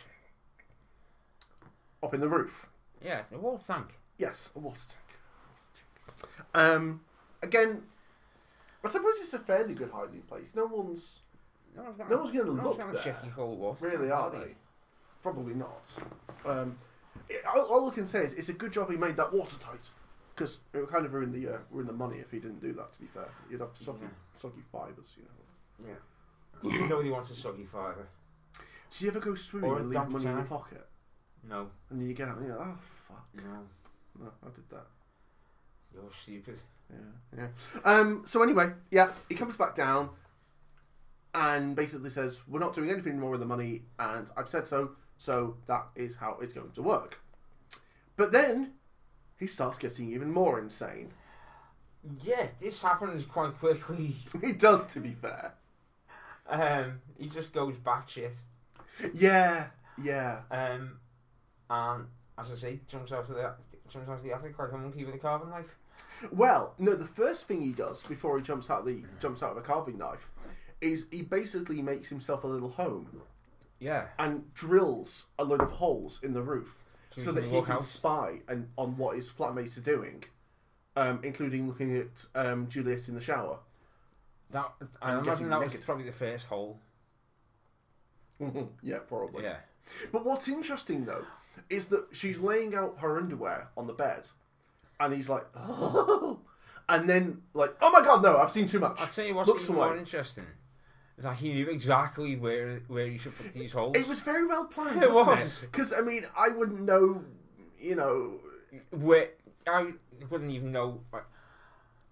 S1: uh, Up in the roof.
S2: Yeah, it's a water tank.
S1: Yes, a water tank. Um. Again, I suppose it's a fairly good hiding place. No one's.
S2: No one's gonna,
S1: No one's gonna
S2: no
S1: look
S2: one's gonna
S1: there.
S2: check your cold water.
S1: Really,
S2: tank,
S1: are they? Probably not. Um, it- all, all I can say is it's a good job he made that watertight because it would kind of ruin the uh, ruin the money if he didn't do that. To be fair, you'd have soggy soggy fibres. You know.
S2: Yeah. Nobody wants a soggy fibre.
S1: Do you ever go swimming
S2: Or a
S1: and leave
S2: dump
S1: money in your
S2: tank.
S1: pocket
S2: No.
S1: and then you get out and you're like, oh fuck,
S2: No.
S1: no, I did that.
S2: You're stupid.
S1: Yeah, yeah. Um, so anyway, yeah, he comes back down and basically says, "We're not doing anything more with the money, and I've said so, so that is how it's going to work." But then he starts getting even more insane.
S2: Yeah, this happens quite quickly.
S1: He does, to be fair.
S2: Um, he just goes batshit.
S1: Yeah, yeah,
S2: Um, and as I say, jumps out of the jumps out of the attic like a monkey with a carving knife.
S1: Well, no. The first thing he does before he jumps out the jumps out of a carving knife is he basically makes himself a little home
S2: Yeah.
S1: and drills a load of holes in the roof so,
S2: he
S1: that
S2: can
S1: he
S2: walk
S1: can
S2: out.
S1: spy and on what his flatmates are doing, um, including looking at um, Juliet in the shower.
S2: That I
S1: I'm guessing
S2: imagine that was
S1: naked.
S2: probably the first hole.
S1: yeah, probably.
S2: Yeah.
S1: But what's interesting though is that she's laying out her underwear on the bed, and he's like, and then like, oh my god, no, I've seen too much.
S2: I'll tell you what's
S1: Looks
S2: even
S1: away.
S2: more interesting that he knew exactly where where he should put these holes.
S1: It was very well planned.
S2: It
S1: wasn't
S2: was.
S1: Because I mean, I wouldn't know. You know.
S2: where I wouldn't even know. Like,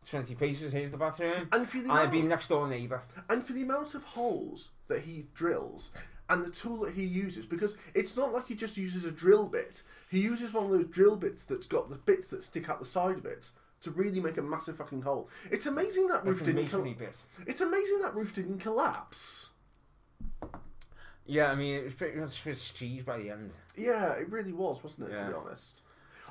S2: Twenty paces. Here's the bathroom.
S1: And for the
S2: I'd be
S1: amount-
S2: next door neighbour.
S1: and for the amount of holes that he drills and the tool that he uses because it's not like he just uses a drill bit he uses one of those drill bits that's got the bits that stick out the side of it to really make a massive fucking hole it's amazing that roof
S2: From
S1: didn't
S2: masonry
S1: col-
S2: bit.
S1: it's amazing that roof didn't collapse
S2: Yeah, I mean it was pretty much Swiss cheese by the end.
S1: yeah it really was wasn't it to
S2: Yeah.
S1: be honest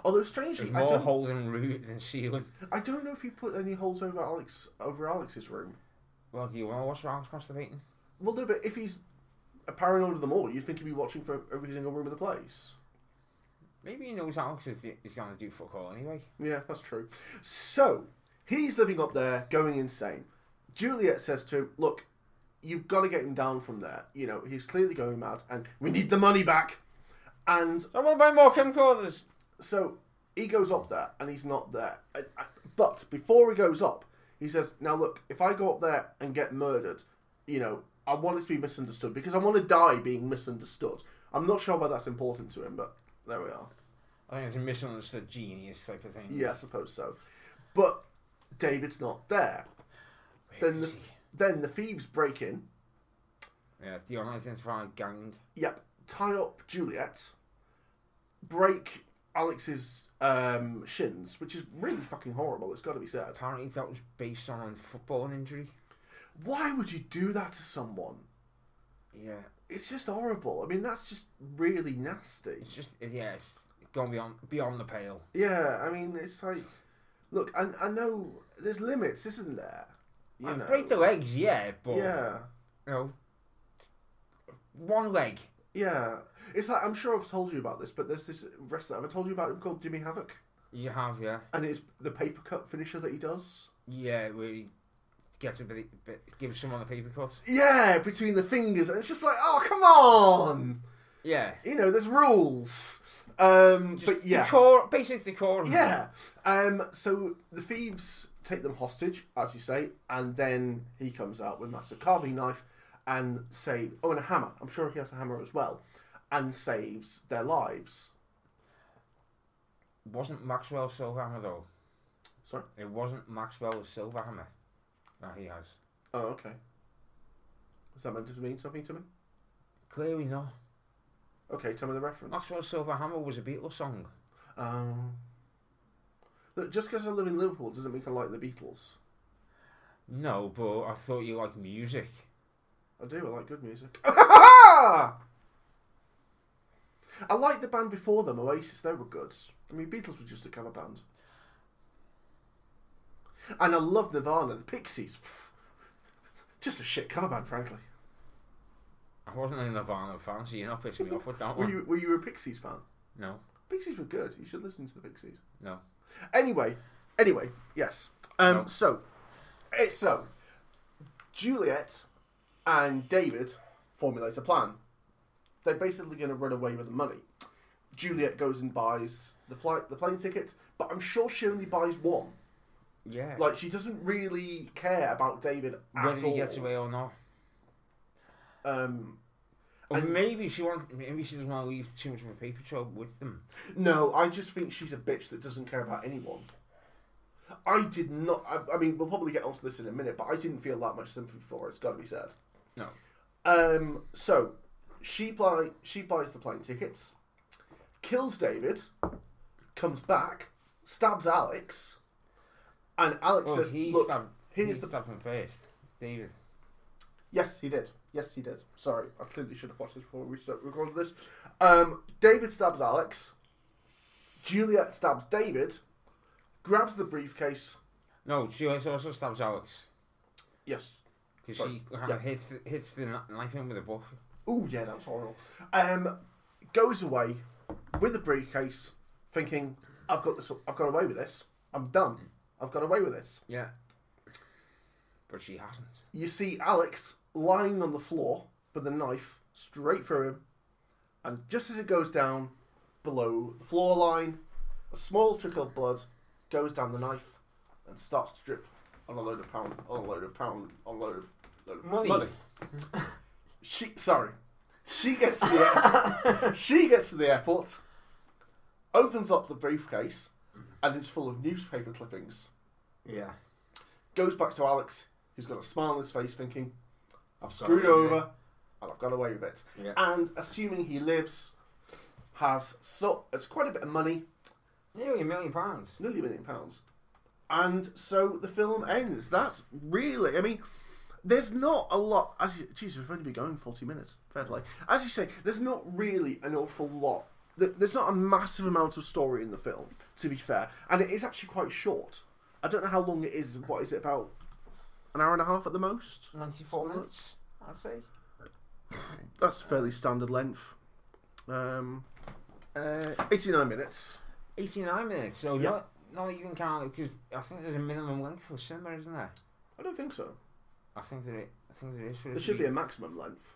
S1: although strangely
S2: There's
S1: I
S2: more
S1: don't,
S2: hole than root than ceiling.
S1: I don't know if he put any holes over alex over alex's room
S2: Well, do you want to watch Alex masturbating?
S1: well no but if he's paranoid of them all you'd think he'd be watching for every single room of the place
S2: Maybe he knows Alex is, is going to do fuck all anyway.
S1: Yeah, that's true. So he's living up there, going insane. Juliet says to him, "Look, you've got to get him down from there. You know he's clearly going mad, and we need the money back." And
S2: I want to buy more camcorders.
S1: so he goes up there, and he's not there. I- I- But before he goes up, he says, "Now look, if I go up there and get murdered, you know, I want it to be misunderstood because I want to die being misunderstood. I'm not sure why that's important to him, but there we are."
S2: I think it's a misunderstood genius type of thing.
S1: Yeah, I suppose so. But David's not there.
S2: Where
S1: Then
S2: is
S1: the,
S2: he?
S1: then the thieves break in.
S2: yeah, the unidentified gang.
S1: Yep, tie up Juliet, break Alex's um, shins, which is really fucking horrible. It's got to be said.
S2: Apparently that was based on a football injury.
S1: Why would you do that to someone?
S2: Yeah,
S1: It's just horrible. I mean, that's just really nasty.
S2: it's just yeah, it's gone beyond beyond the pale.
S1: Yeah, I mean, it's like, look, I, I know there's limits, isn't there? You
S2: And
S1: know.
S2: break the legs, yeah, but
S1: yeah.
S2: you know, one leg.
S1: Yeah, it's like I'm sure I've told you about this, but there's this wrestler. Have I told you about him called Jimmy Havoc?
S2: You have yeah,
S1: And it's the paper cut finisher that he does.
S2: yeah, where he gets a bit, bit gives someone a paper cut.
S1: Yeah, between the fingers, and it's just like, oh come on,
S2: Yeah,
S1: you know, there's rules. Um,
S2: Just
S1: but yeah,
S2: the core, basically the core. of it.
S1: yeah. Um, so the thieves take them hostage, as you say, and then he comes out with a massive carving knife and save. Oh, and a hammer. I'm sure he has a hammer as well, and saves their lives.
S2: wasn't Maxwell Silverhammer though.
S1: Sorry.
S2: It wasn't Maxwell Silverhammer that he has.
S1: Oh, okay. Is that meant to mean something to me?
S2: Clearly not.
S1: Okay, tell me the reference.
S2: Maxwell Silverhammer was a Beatles song.
S1: Um, look, just because I live in Liverpool doesn't mean I like the Beatles.
S2: No, but I thought you liked music.
S1: I do. I like good music. I liked the band before them, Oasis. They were good. I mean, Beatles were just a cover band. And I love Nirvana, the Pixies. Pff, Just a shit cover band, frankly.
S2: I wasn't a Nirvana fan, so you're not pissing me off with that
S1: Were
S2: one.
S1: you, were you a Pixies fan?
S2: No,
S1: Pixies were good. You should listen to the Pixies.
S2: no.
S1: Anyway, anyway, yes. Um,
S2: No.
S1: So, it's so Juliet and David formulate a plan. They're basically going to run away with the money. Juliet goes and buys the flight, the plane ticket, but I'm sure she only buys one.
S2: Yeah.
S1: Like she doesn't really care about David at
S2: Whether
S1: all.
S2: he gets away or not.
S1: Um,
S2: Or maybe she wants. Maybe she doesn't want to leave too much of a paper trail with them.
S1: no, I just think she's a bitch that doesn't care about anyone. I did not. I, I mean, we'll probably get onto this in a minute, but I didn't feel that much sympathy for her. It's got to be said.
S2: No.
S1: Um, so she buy she buys the plane tickets, kills David, comes back, stabs Alex, and Alex
S2: Well,
S1: says,
S2: Oh, he
S1: "Look,
S2: stabbed.
S1: here's
S2: he
S1: the-
S2: stabbed him first, David.
S1: yes, he did. Yes, he did. Sorry, I clearly should have watched this before we start- recorded this." Um, David stabs Alex. Juliet stabs David, grabs the briefcase.
S2: No, she also stabs Alex
S1: Yes.
S2: because
S1: Sorry.
S2: she kind
S1: Yeah.
S2: of hits the, hits the kn- knife in with a book.
S1: Oh yeah, that was horrible. Um, goes away with the briefcase, thinking, "I've got this. I've got away with this. I'm done. I've got away with this."
S2: Yeah. But she hasn't.
S1: You see Alex lying on the floor with a knife straight through him, and just as it goes down below the floor line, a small trickle of blood goes down the knife and starts to drip on a load of pound, on a load of pound, on a load of
S2: Money.
S1: Money. She sorry. She gets to the air- she gets to the airport, opens up the briefcase, and it's full of newspaper clippings.
S2: Yeah.
S1: Goes back to Alex, who's got a smile on his face, thinking,
S2: I've
S1: screwed over, and I've got away with it.
S2: Yeah.
S1: And assuming he lives, has so it's quite a bit of money,
S2: Nearly a million pounds.
S1: nearly a million pounds. And so the film ends. That's really, I mean, there's not a lot. As you, Jesus, we've only been going 40 minutes. Fair play. As you say, there's not really an awful lot. There- There's not a massive amount of story in the film, to be fair. And it is actually quite short. I don't know how long it is. What is it, about an hour and a half at the most?
S2: 94 minutes, I'd say.
S1: That's fairly standard length. Um,
S2: Uh,
S1: 89 minutes.
S2: 89 minutes, so
S1: Yeah.
S2: not, not even counting, because I think there's a minimum length for cinema, isn't there?
S1: I don't think so.
S2: I think there, i- I think there is for
S1: There should be a maximum length.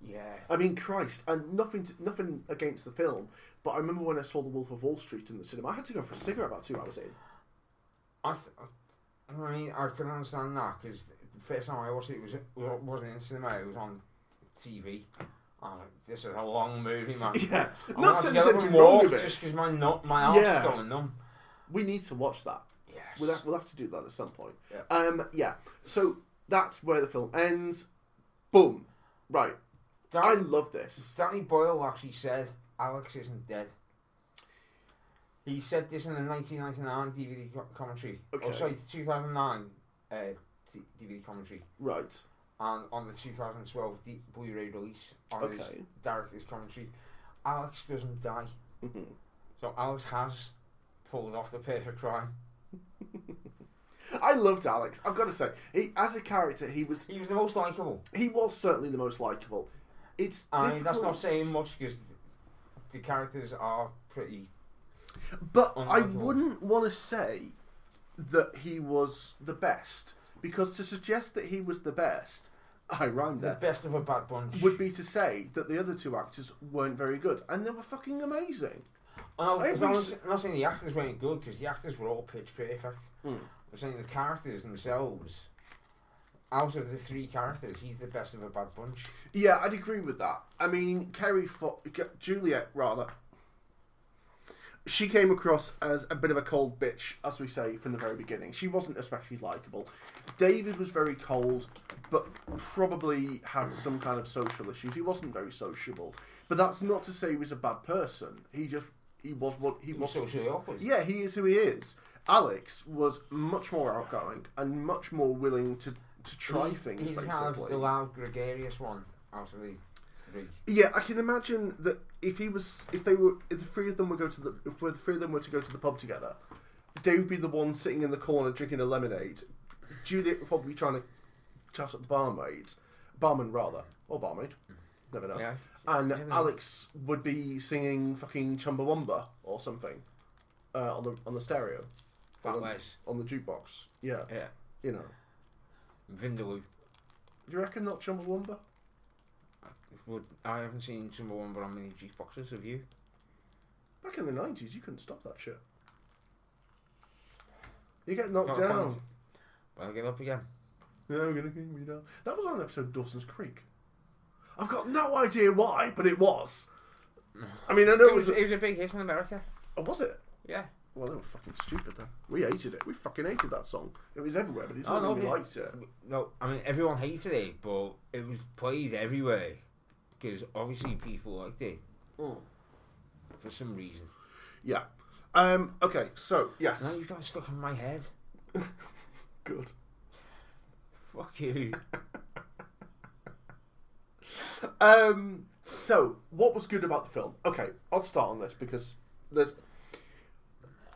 S2: Yeah.
S1: I mean, Christ, and nothing, to, nothing against the film, but I remember when I saw The Wolf of Wall Street in the cinema, I had to go for a cigarette about two hours in.
S2: I, th- I- I mean, I can understand that because the first time I watched it was wa- wasn't in cinema; it was on TV. I was like, this is a long movie, man.
S1: Yeah,
S2: I'm
S1: not
S2: gonna
S1: saying there's
S2: have to get up
S1: anything
S2: and
S1: wrong
S2: walk
S1: with
S2: just because
S1: it.
S2: my no- my arms
S1: Yeah.
S2: going numb.
S1: We need to watch that.
S2: Yes.
S1: We'll have, we'll have to do that at some point.
S2: Yeah.
S1: Um, yeah. So that's where the film ends. Boom. Right.
S2: Dan-
S1: I love this.
S2: Danny Boyle actually said Alex isn't dead. He said this in the 1999 DVD co- commentary.
S1: Okay.
S2: Oh, sorry, 2009 uh, t- DVD commentary.
S1: Right.
S2: and on the 2012 D- Blu-ray release on his
S1: Okay.
S2: director's commentary, Alex doesn't die.
S1: hmm
S2: So Alex has pulled off the perfect crime.
S1: I loved Alex. I've got to say, he, as a character, he was
S2: He was the most likable.
S1: he was certainly the most likable. It's
S2: I mean, that's
S1: difficult-
S2: not saying much because the characters are pretty.
S1: But I
S2: Unlikable.
S1: wouldn't want to say that he was the best because to suggest that he was the best, I rhymed
S2: The
S1: there,
S2: best of a bad bunch.
S1: would be to say that the other two actors weren't very good, and they were fucking amazing.
S2: Oh, no,
S1: I
S2: it's not-
S1: was-
S2: I'm not saying the actors weren't good because the actors were all pitch perfect.
S1: Mm.
S2: I'm saying the characters themselves. Out of the three characters, he's the best of a bad bunch.
S1: Yeah, I'd agree with that. I mean, Kerry Fo- Juliet rather. She came across as a bit of a cold bitch, as we say from the very beginning. She wasn't especially likable. David was very cold, but probably had some kind of social issues. He wasn't very sociable, but that's not to say he was a bad person. He just he was what he
S2: He was
S1: was.
S2: socially awkward.
S1: Yeah, he is who he is. Alex was much more outgoing and much more willing to to try
S2: he's,
S1: things.
S2: He's
S1: basically.
S2: kind of the loud, gregarious one out of the three.
S1: Yeah, I can imagine that if he was, if they were, if the three of them were go to the, if the three of them were to go to the pub together, Dave would be the one sitting in the corner drinking a lemonade. Juliet would probably be trying to chat at the barmaid, barman rather, or barmaid, never know.
S2: Yeah.
S1: And
S2: Never know.
S1: Alex would be singing fucking Chumbawamba or something uh, on the on the stereo,
S2: That
S1: on,
S2: was
S1: on the jukebox. Yeah,
S2: yeah.
S1: you know.
S2: Vindaloo.
S1: Do you reckon not Chumbawamba?
S2: Would, I haven't seen number one, but how many jukeboxes have you?
S1: Back in the nineties, you couldn't stop that shit. You get knocked
S2: Got a
S1: down.
S2: point. Well, get up again.
S1: Yeah, we're gonna kick me down. That was on an episode of Dawson's Creek. I've got no idea why, but it was. I mean, I know
S2: It
S1: it
S2: was,
S1: was.
S2: it was a big hit in America.
S1: oh, was it?
S2: Yeah.
S1: Well, they were fucking stupid then. We hated it. We fucking hated that song. It was everywhere, but it's
S2: Oh,
S1: not
S2: no,
S1: we
S2: they-
S1: liked it.
S2: No, I mean everyone hated it, but it was played everywhere because obviously people liked it
S1: Mm.
S2: for some reason.
S1: Yeah. Um. Okay. So
S2: Now
S1: yes.
S2: you've got it stuck in my head.
S1: Good.
S2: Fuck you.
S1: Um. So what was good about the film? Okay, I'll start on this because there's.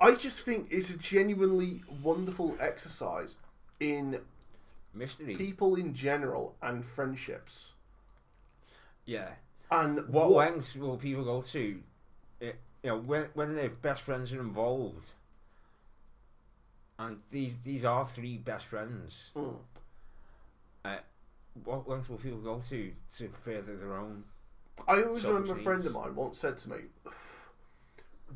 S1: I just think it's a genuinely wonderful exercise in
S2: Mystery.
S1: people in general and friendships.
S2: yeah.
S1: And
S2: what, lengths will people go to? It, you know, when when their best friends are involved, and these these are three best friends.
S1: Mm.
S2: Uh, what lengths will people go to to further their own?
S1: I always
S2: Selfish
S1: remember a friend of
S2: needs.
S1: mine once said to me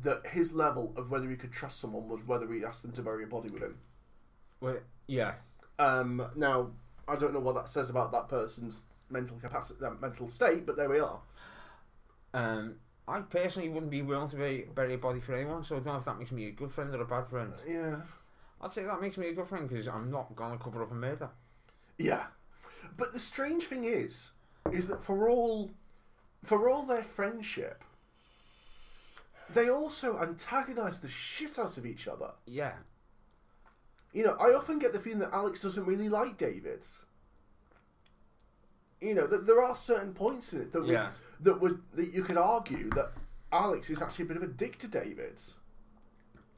S1: that his level of whether he could trust someone was whether he'd ask them to bury a body with him.
S2: Well, yeah,
S1: Um, now, I don't know what that says about that person's mental capacity, their mental state, but there we are.
S2: Um, I personally wouldn't be willing to be, bury a body for anyone, so I don't know if that makes me a good friend or a bad friend.
S1: Yeah.
S2: I'd say that makes me a good friend because I'm not going to cover up a murder.
S1: Yeah. But the strange thing is, is that for all, for all their friendship, they also antagonise the shit out of each other.
S2: Yeah.
S1: You know, I often get the feeling that Alex doesn't really like David. You know, that there are certain points in it that would,
S2: Yeah.
S1: that would that you could argue that Alex is actually a bit of a dick to David,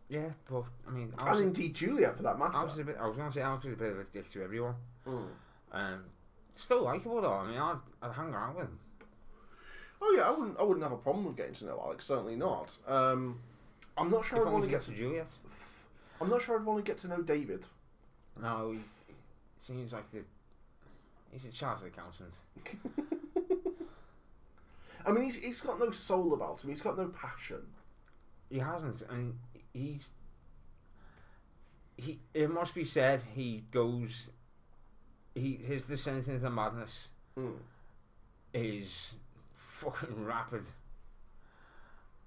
S2: Yeah, but I mean, I
S1: and
S2: was,
S1: indeed Juliet for that matter.
S2: I was, a bit, I was going to say Alex is a bit of a dick to everyone.
S1: Mm.
S2: Um, still likable though. I mean, I'd, I'd hang around with him.
S1: Oh yeah, I wouldn't. I wouldn't have a problem with getting to know Alex. Certainly not. Um, I'm not sure
S2: If
S1: I'd
S2: only
S1: want
S2: to
S1: to
S2: get
S1: get. To,
S2: to Juliet.
S1: I'm not sure I'd want to get to know David.
S2: No, he, he seems like the he's a chartered accountant.
S1: I mean, he's he's got no soul about him. He's got no passion.
S2: He hasn't, and he's he. It must be said he goes. He his descent into madness
S1: Mm.
S2: is fucking rapid.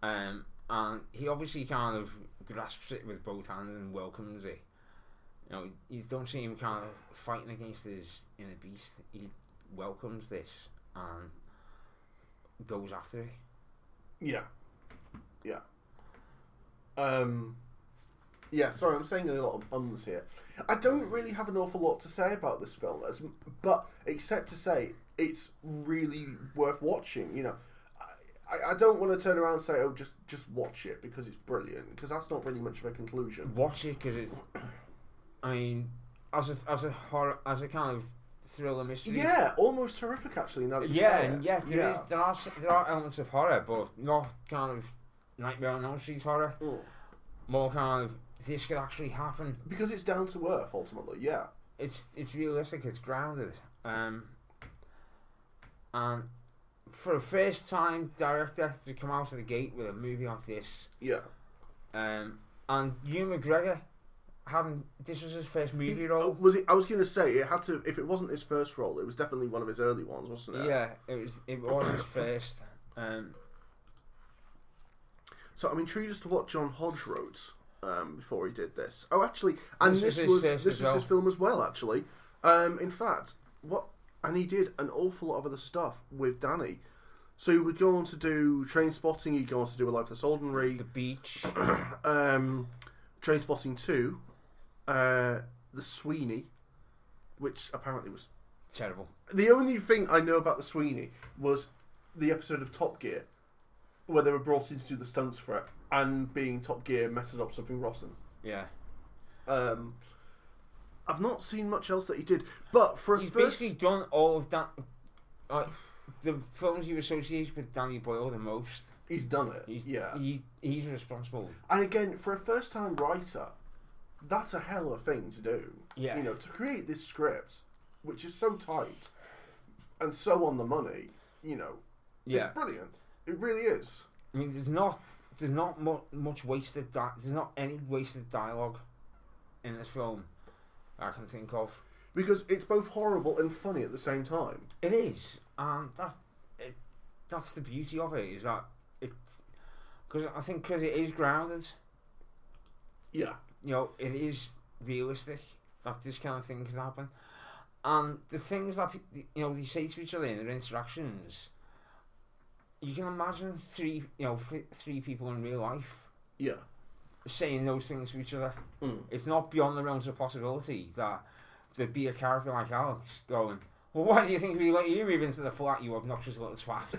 S2: Um, and he obviously kind of grasps it with both hands and welcomes it. You know, you don't see him kind of fighting against his inner beast. He welcomes this and goes after it.
S1: Yeah. Yeah. Um yeah, sorry, I'm saying a lot of ums here. I don't really have an awful lot to say about this film, as, but except to say it's really worth watching. You know, I, I- I don't want to turn around and say, "Oh, just just watch it" because it's brilliant. Because that's not really much of a conclusion.
S2: watch it because it's. I mean, as a as a horror as a kind of thriller mystery.
S1: Yeah, almost terrific actually. Now that you
S2: Mm. Yeah,
S1: say
S2: and
S1: it.
S2: yeah, there, is- there are s- there are elements of horror, but not kind of Nightmare on Elm Street horror.
S1: Mm.
S2: More kind of this could actually happen.
S1: because it's down to earth ultimately. Yeah,
S2: It's it's realistic. It's grounded. Um, and for a first time director to come out of the gate with a movie like this,
S1: yeah.
S2: um, and Hugh McGregor having this was his first movie
S1: He-
S2: role.
S1: oh, was it? I was going to say it had to. If it wasn't his first role, it was definitely one of his early ones, wasn't it?
S2: Yeah, it was it was his first. Um,
S1: So I'm intrigued as to what John Hodge wrote um, before he did this. Oh, actually, and
S2: This is
S1: this,
S2: his
S1: was
S2: first
S1: this
S2: as
S1: was
S2: well.
S1: his film as well. Actually, um, in fact, what and he did an awful lot of other stuff with Danny. So he would go on to do Train Spotting. He'd go on to do A Life That's Ordinary,
S2: the beach.
S1: um, Train Spotting Two, uh, The Sweeney, which apparently was
S2: Terrible.
S1: the only thing I know about the Sweeney was the episode of Top Gear where they were brought in to do the stunts for it, and being Top Gear messes up something rotten.
S2: Yeah.
S1: Um, I've not seen much else that he did, but for a
S2: He's
S1: first,
S2: basically done all of that. Like, the films you associate with Danny Boyle the most.
S1: he's done it.
S2: He's,
S1: yeah,
S2: He, he's responsible.
S1: and again, for a first-time writer, that's a hell of a thing to do.
S2: Yeah.
S1: you know, to create this script, which is so tight and so on the money. You know,
S2: Yeah.
S1: it's brilliant. It really is.
S2: I mean, there's not there's not mu- much wasted. Di- there's not any wasted dialogue in this film. I can think of.
S1: Because it's both horrible and funny at the same time.
S2: It is, and that it, that's the beauty of it is that it because I think because it is grounded.
S1: Yeah.
S2: you know, it is realistic that this kind of thing could happen. And the things that pe- you know they say to each other in their interactions, you can imagine three you know th- three people in real life
S1: Yeah.
S2: saying those things to each other.
S1: Mm.
S2: It's not beyond the realms of possibility that there'd be a character like Alex going, "Well, why do you think we let you move into the flat, you obnoxious little twat?"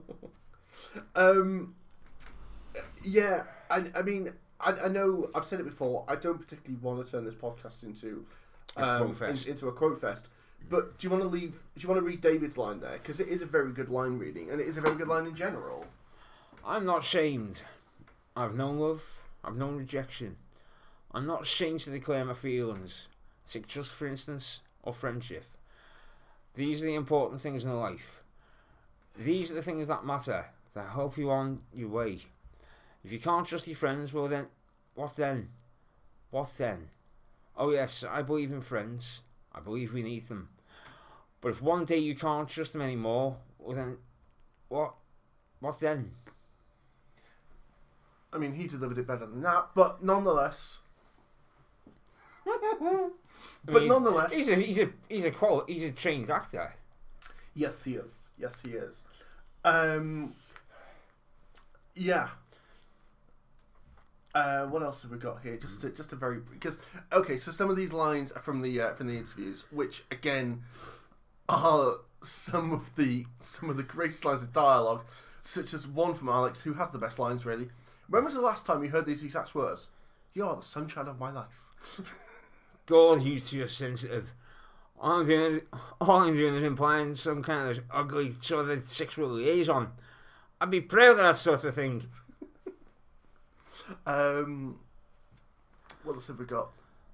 S1: um, yeah, I, I mean, I, I know I've said it before. I don't particularly want to turn this podcast into
S2: A
S1: um,
S2: quote fest.
S1: in- into a quote fest. But do you want to leave? Do you want to read David's line there? Because it is a very good line reading, and it is a very good line in general.
S2: I'm not shamed. I've known love. I've known rejection. I'm not ashamed to declare my feelings. Take trust, for instance, or friendship. These are the important things in life. These are the things that matter, that help you on your way. If you can't trust your friends, well then, what then? What then? Oh, yes, I believe in friends. I believe we need them. But if one day you can't trust them anymore, well then, what? What then?
S1: I mean, he delivered it better than that, but nonetheless.
S2: I
S1: but
S2: mean,
S1: nonetheless,
S2: he's a he's a he's a qual he's a trained actor.
S1: yes, he is. Yes, he is. Um, yeah. Uh, what else have we got here? Just, a, just a very because okay. So some of these lines are from the uh, from the interviews, which again are some of the some of the greatest lines of dialogue, such as one from Alex, who has the best lines really. When was the last time you heard these exact words? You are the sunshine of my life.
S2: God, you two are sensitive. All "Oh, I'm doing, all I'm doing is implying some kind of ugly sort of sexual liaison. I'd be proud of that sort of thing.
S1: Um, what else have we got?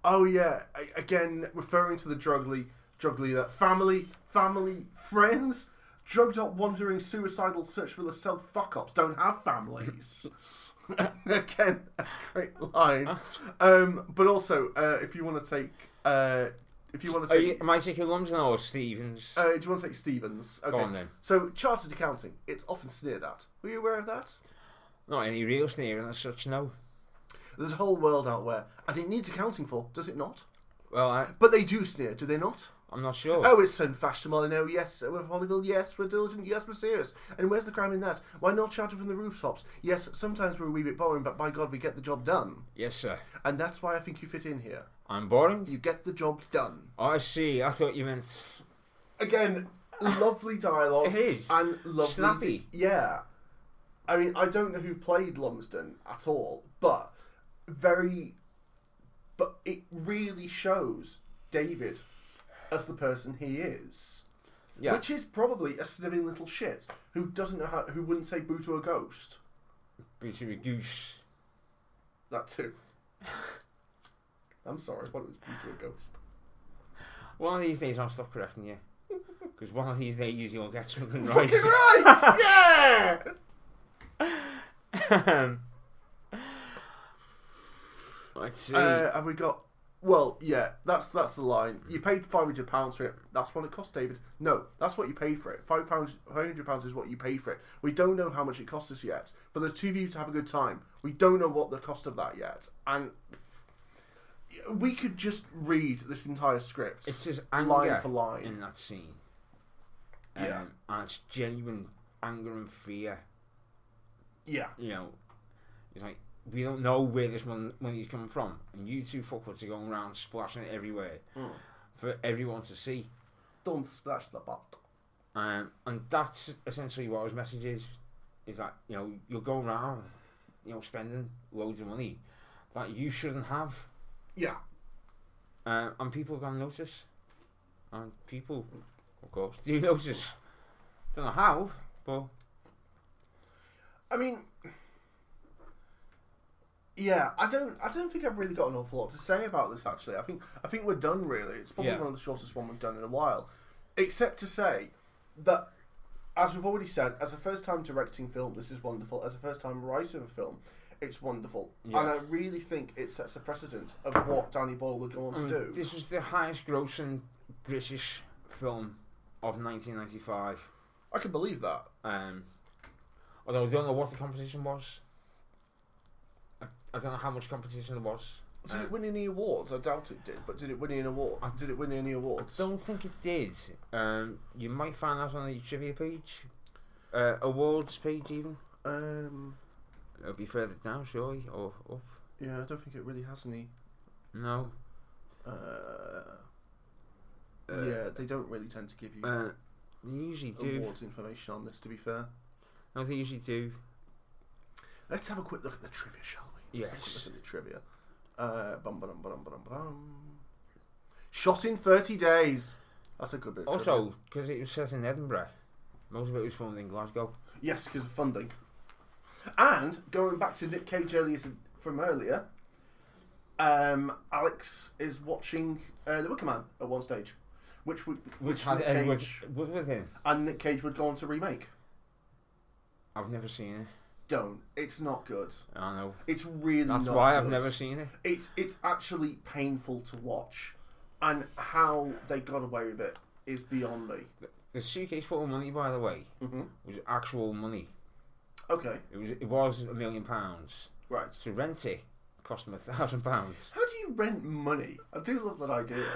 S1: Oh yeah, a- again referring to the drug le- drug leader, family, family, friends, drugged up, wandering, suicidal, search for the self fuck ups don't have families. again, a great line. Um, but also, uh, if you want to take, uh, if you want to
S2: Are
S1: take,
S2: you, am I taking Lumsden or Stevens?
S1: uh, do you want to take Stevens? Okay.
S2: on then.
S1: So chartered accounting, it's often sneered at. Were you aware of that?
S2: Not any real sneering as such, no.
S1: There's a whole world out there, and it needs accounting for, does it not?
S2: Well, I,
S1: But they do sneer, do they not?
S2: I'm not sure.
S1: Oh, it's unfashionable, I know, yes. oh, We're political, yes. We're diligent, yes. We're serious. And where's the crime in that? Why not shout it from the rooftops? Yes, sometimes we're a wee bit boring, but by God, we get the job done.
S2: Yes, sir.
S1: And that's why I think you fit in here.
S2: I'm boring. Oh,
S1: You get the job done.
S2: I see. I thought you meant
S1: Again, lovely dialogue.
S2: It is.
S1: And lovely.
S2: Snappy.
S1: yeah. I mean, I don't know who played Lumsden at all, but very. But it really shows David as the person he is.
S2: yeah.
S1: Which is probably a snivelling little shit who doesn't know how, who wouldn't say boo to a ghost.
S2: Booty with goose.
S1: That too. I'm sorry, what was boo to a ghost?
S2: One of these days I'll stop correcting you. Because one of these days you'll get something
S1: Fucking right! yeah!
S2: right. Let's see.
S1: Uh, have we got? Well, yeah, that's that's the line. You paid five hundred pounds for it. That's what it cost, David. No, that's what you paid for it. Five pounds, five hundred pounds is what you paid for it. We don't know how much it cost us yet. For the two of you to have a good time, we don't know what the cost of that yet. And we could just read this entire script.
S2: it's his anger
S1: line for line.
S2: in that scene. Um,
S1: Yeah.
S2: And it's genuine anger and fear.
S1: yeah.
S2: You know, it's like, we don't know where this mon- money's coming from. And you two fuckers are going around splashing it everywhere
S1: Mm.
S2: for everyone to see.
S1: Don't splash the butt.
S2: Um, and that's essentially what his message is. Is that you know you're going around, you know, spending loads of money that you shouldn't have,
S1: Yeah.
S2: uh, and people are gonna notice, and people, of course, do notice. Don't know how, but
S1: I mean, yeah, I don't, I don't think I've really got an awful lot to say about this. Actually, I think, I think we're done. Really, it's probably
S2: Yeah.
S1: one of the shortest one we've done in a while, except to say that, as we've already said, as a first time directing film, this is wonderful. As a first time writer of a film, it's wonderful, and
S2: Yeah.
S1: I really think it sets a precedent of what Danny Boyle would go on
S2: I
S1: to
S2: mean,
S1: do.
S2: this was the highest grossing British film of 1995.
S1: I can believe that.
S2: Um, although I don't know what the competition was. I, I don't know how much competition there was.
S1: Did
S2: Um,
S1: it win any awards? I doubt it did, but did it win any award?
S2: I-
S1: Did it win any
S2: I
S1: awards?
S2: don't think it did. Um, you might find that on the trivia page, uh, awards page even.
S1: Um,
S2: It'll be further down, surely, or up.
S1: yeah, I don't think it really has any.
S2: No.
S1: Uh,
S2: Uh,
S1: yeah, they don't really tend to give you
S2: Uh, they usually do.
S1: awards information on this. To be fair,
S2: No, they usually do.
S1: let's have a quick look at the trivia, shall we? Let's have a quick
S2: Yes.
S1: look at the trivia. Uh, bum, ba-dum, ba-dum, ba-dum, ba-dum. Shot in thirty days. That's a good bit. Of trivia.
S2: Also, because it was set in Edinburgh, most of it was filmed in Glasgow.
S1: yes, because of funding. And going back to Nick Cage earlier from earlier, um, Alex is watching uh, The Wicker Man at one stage, which would,
S2: Which had
S1: Nick
S2: Edward
S1: Cage
S2: Woodward in.
S1: and Nick Cage would go on to remake.
S2: I've never seen it.
S1: don't. It's not good.
S2: I know.
S1: It's really
S2: That's
S1: not
S2: why I've
S1: good.
S2: never seen it.
S1: It's it's actually painful to watch, and how they got away with it is beyond me.
S2: The suitcase full of money, by the way,
S1: Mm-hmm.
S2: was actual money.
S1: Okay,
S2: It was it was a million pounds.
S1: right.
S2: To rent it cost them a thousand pounds.
S1: How do you rent money? I do love that idea.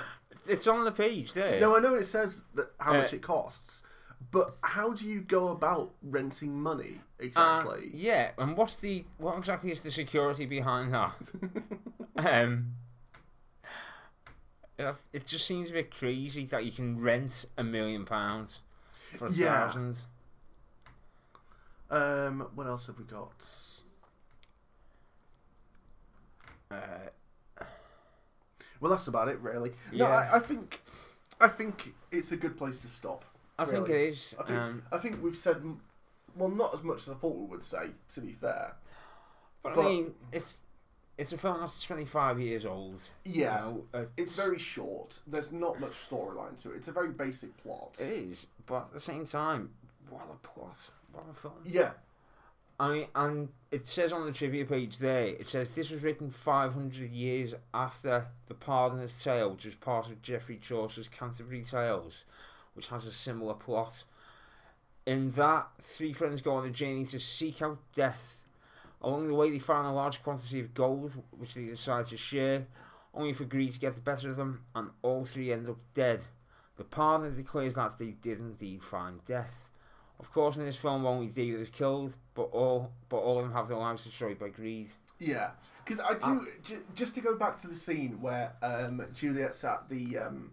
S2: It's on the page there.
S1: No, I know it says that how
S2: Uh,
S1: much it costs, but how do you go about renting money
S2: Uh,
S1: exactly?
S2: yeah, and what's the what exactly is the security behind that? um, it, it just seems a bit crazy that you can rent a million pounds for a
S1: Yeah.
S2: thousand.
S1: um, what else have we got?
S2: Uh,
S1: Well, that's about it, really. No,
S2: Yeah.
S1: I, I think, I think it's a good place to stop.
S2: I think
S1: Really?
S2: it is.
S1: I think,
S2: Um,
S1: I think we've said, m- well, not as much as I thought we would say. To be fair,
S2: but,
S1: but-
S2: I mean, it's it's a film that's twenty five years old. you
S1: yeah,
S2: know, uh,
S1: it's very short. There's not much storyline to it. It's a very basic plot.
S2: it is, but at the same time, what a plot, what a film.
S1: Yeah,
S2: I mean, and it says on the trivia page there, it says this was written 500 years after The Pardoner's Tale, which was part of Geoffrey Chaucer's Canterbury Tales, which has a similar plot. In that, three friends go on a journey to seek out death. Along the way, they find a large quantity of gold, which they decide to share, only for greed to get the better of them, and all three end up dead. The pardoner declares that they did indeed find death. Of course, in this film, only David is killed, but all but all of them have their lives destroyed by greed.
S1: yeah. Because I
S2: Ah.
S1: do j- just to go back to the scene where um, Juliet's at the um,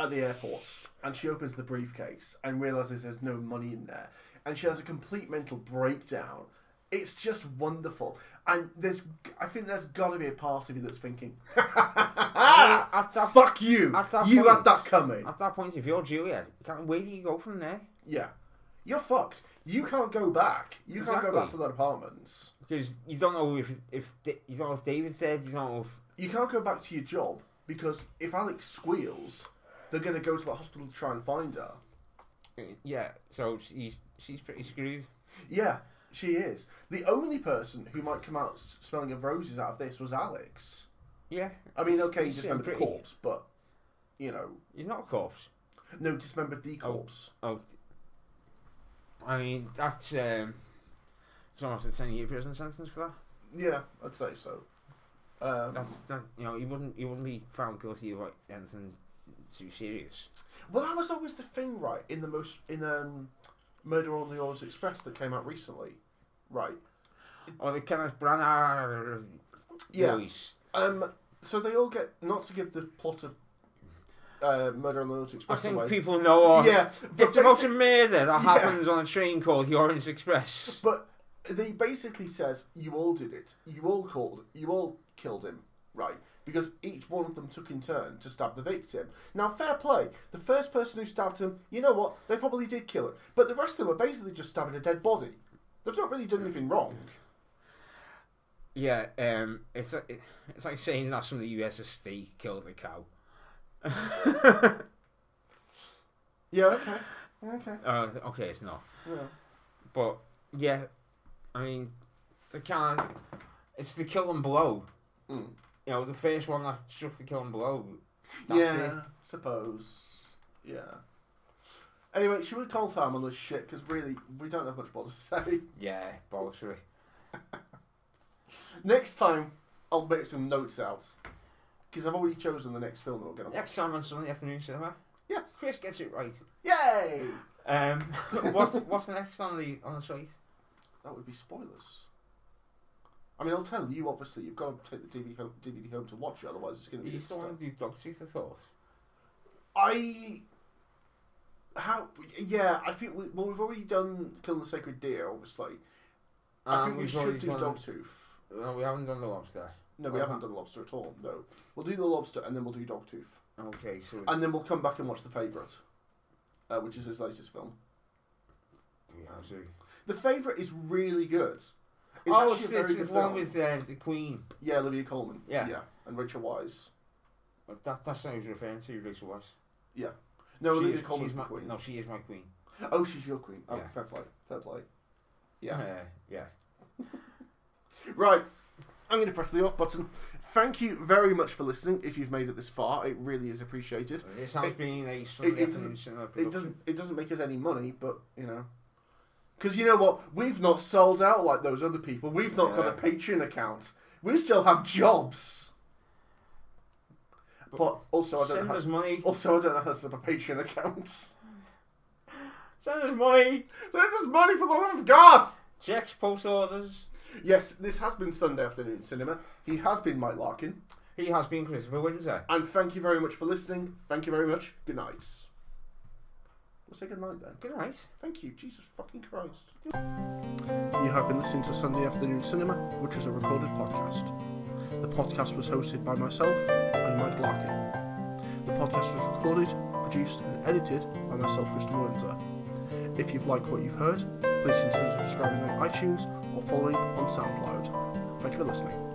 S1: at the airport and she opens the briefcase and realizes there's no money in there, and she has a complete mental breakdown. It's just wonderful, and there's I think there's got to be a part of you that's thinking,
S2: at that-
S1: "Fuck you!
S2: at that
S1: you had
S2: point-
S1: that coming."
S2: At that point, if you're Juliet, you can't- where do you go from there?
S1: Yeah. You're fucked. You can't go back. You can't go back to
S2: Exactly.
S1: that apartment.
S2: Because you don't know if if Da- you don't know if David's dead. You don't know if
S1: You can't go back to your job because if Alex squeals, they're going to go to the hospital to try and find her.
S2: yeah. So she's she's pretty screwed.
S1: Yeah, she is. The only person who might come out s- smelling of roses out of this was Alex.
S2: Yeah,
S1: I mean, okay, he
S2: He's
S1: dismembered the
S2: pretty-
S1: corpse, but, you know,
S2: he's not a corpse.
S1: no, dismembered the corpse.
S2: Oh, I mean that's um, it's almost a ten year prison sentence for
S1: Yeah, I'd say so.
S2: that.
S1: Um,
S2: That's that you know he wouldn't he wouldn't be found guilty of like, anything too serious.
S1: Well, that was always the thing, right? In the most in um, Murder on the Orient Express that came out recently, right?
S2: Or the Kenneth Branagh
S1: Yeah.
S2: voice.
S1: Um, so they all get not to give the plot of uh, Murder on the Orient
S2: I
S1: Express
S2: think
S1: away.
S2: people know. of-
S1: yeah, but,
S2: It's about a
S1: basi-
S2: murder that
S1: Yeah.
S2: happens on a train called the Orange Express.
S1: but they basically says you all did it, you all called, you all killed him, right? Because each one of them took in turn to stab the victim. Now, fair play. The first person who stabbed him, you know what? They probably did kill him, but the rest of them are basically just stabbing a dead body. They've not really done anything wrong.
S2: Yeah, um, it's a, it's like saying that from the U.S. state killed a cow.
S1: Yeah. Okay. Okay.
S2: Uh, okay, it's not.
S1: Yeah.
S2: But yeah, I mean, the kind of, it's the kill and blow.
S1: Mm.
S2: You know, the first one that struck the kill and blow. That's
S1: yeah.
S2: it.
S1: Suppose. Yeah. Anyway, should we call time on this shit? Because really, we don't have much more to say.
S2: Yeah, bolshery.
S1: Next time, I'll make some notes out. Because I've already chosen the next film that we're going to watch.
S2: Next time on Sunday afternoon cinema,
S1: Yes.
S2: Chris gets it right.
S1: Yay!
S2: Um, what's what's next on the on the slate?
S1: That would be spoilers. I mean, I'll tell you, obviously, you've got to take the DVD home, DVD home to watch it, otherwise it's going to be...
S2: You still want to do Dogtooth? I thought.
S1: I... How... Yeah, I think... We, well, we've already done Killing the Sacred Deer, obviously. I
S2: Um,
S1: think we
S2: we've
S1: should
S2: already
S1: do
S2: done-
S1: Dogtooth.
S2: No, we haven't done the lobster.
S1: No, we
S2: Well,
S1: haven't done Lobster at all, no. We'll do The Lobster and then we'll do Dogtooth.
S2: Okay, so
S1: And then we'll come back and watch The Favourite, uh, which is his latest film.
S2: we have to.
S1: The favourite is really good. It's
S2: oh,
S1: actually
S2: it's,
S1: a very
S2: it's
S1: good
S2: the one
S1: film.
S2: with uh, the Queen.
S1: yeah Olivia Colman.
S2: Yeah.
S1: yeah, and Rachel Wise.
S2: Well, That, that's what I was referring to, Rachel Weisz.
S1: Yeah, no,
S2: she
S1: Olivia
S2: is, she's
S1: Colman's the
S2: my,
S1: queen.
S2: No, she is my queen.
S1: Oh, she's your queen. Oh,
S2: Yeah.
S1: fair play, fair play. Yeah.
S2: Uh, yeah.
S1: Right. I'm going to press the off button. Thank you very much for listening. If you've made it this far, it really is appreciated.
S2: This has
S1: It-
S2: been a
S1: it
S2: Sunday afternoon
S1: doesn't-
S2: cinema production.
S1: It doesn't. It doesn't make us any money, but you know, because you know what, we've not sold out like those other people. We've not got a
S2: Yeah.
S1: Patreon account. We still have jobs. But, also, I don't.
S2: Send
S1: Know
S2: us
S1: how,
S2: money.
S1: also, I don't know how to set up a Patreon account.
S2: Send us money.
S1: There's just money for the love of God.
S2: Checks, post orders.
S1: Yes, this has been Sunday afternoon cinema. He has been Mike Larkin,
S2: He has been Christopher Windsor.
S1: and thank you very much for listening. Thank you very much. Good night. We'll say good night then.
S2: Good night.
S1: Thank you, Jesus fucking Christ. You have been listening to Sunday Afternoon Cinema, which is a recorded podcast. The podcast was hosted by myself and Mike Larkin. The podcast was recorded, produced, and edited by myself, Christopher Windsor. If you've liked what you've heard, please consider subscribing on iTunes or following on SoundCloud. Thank you for listening.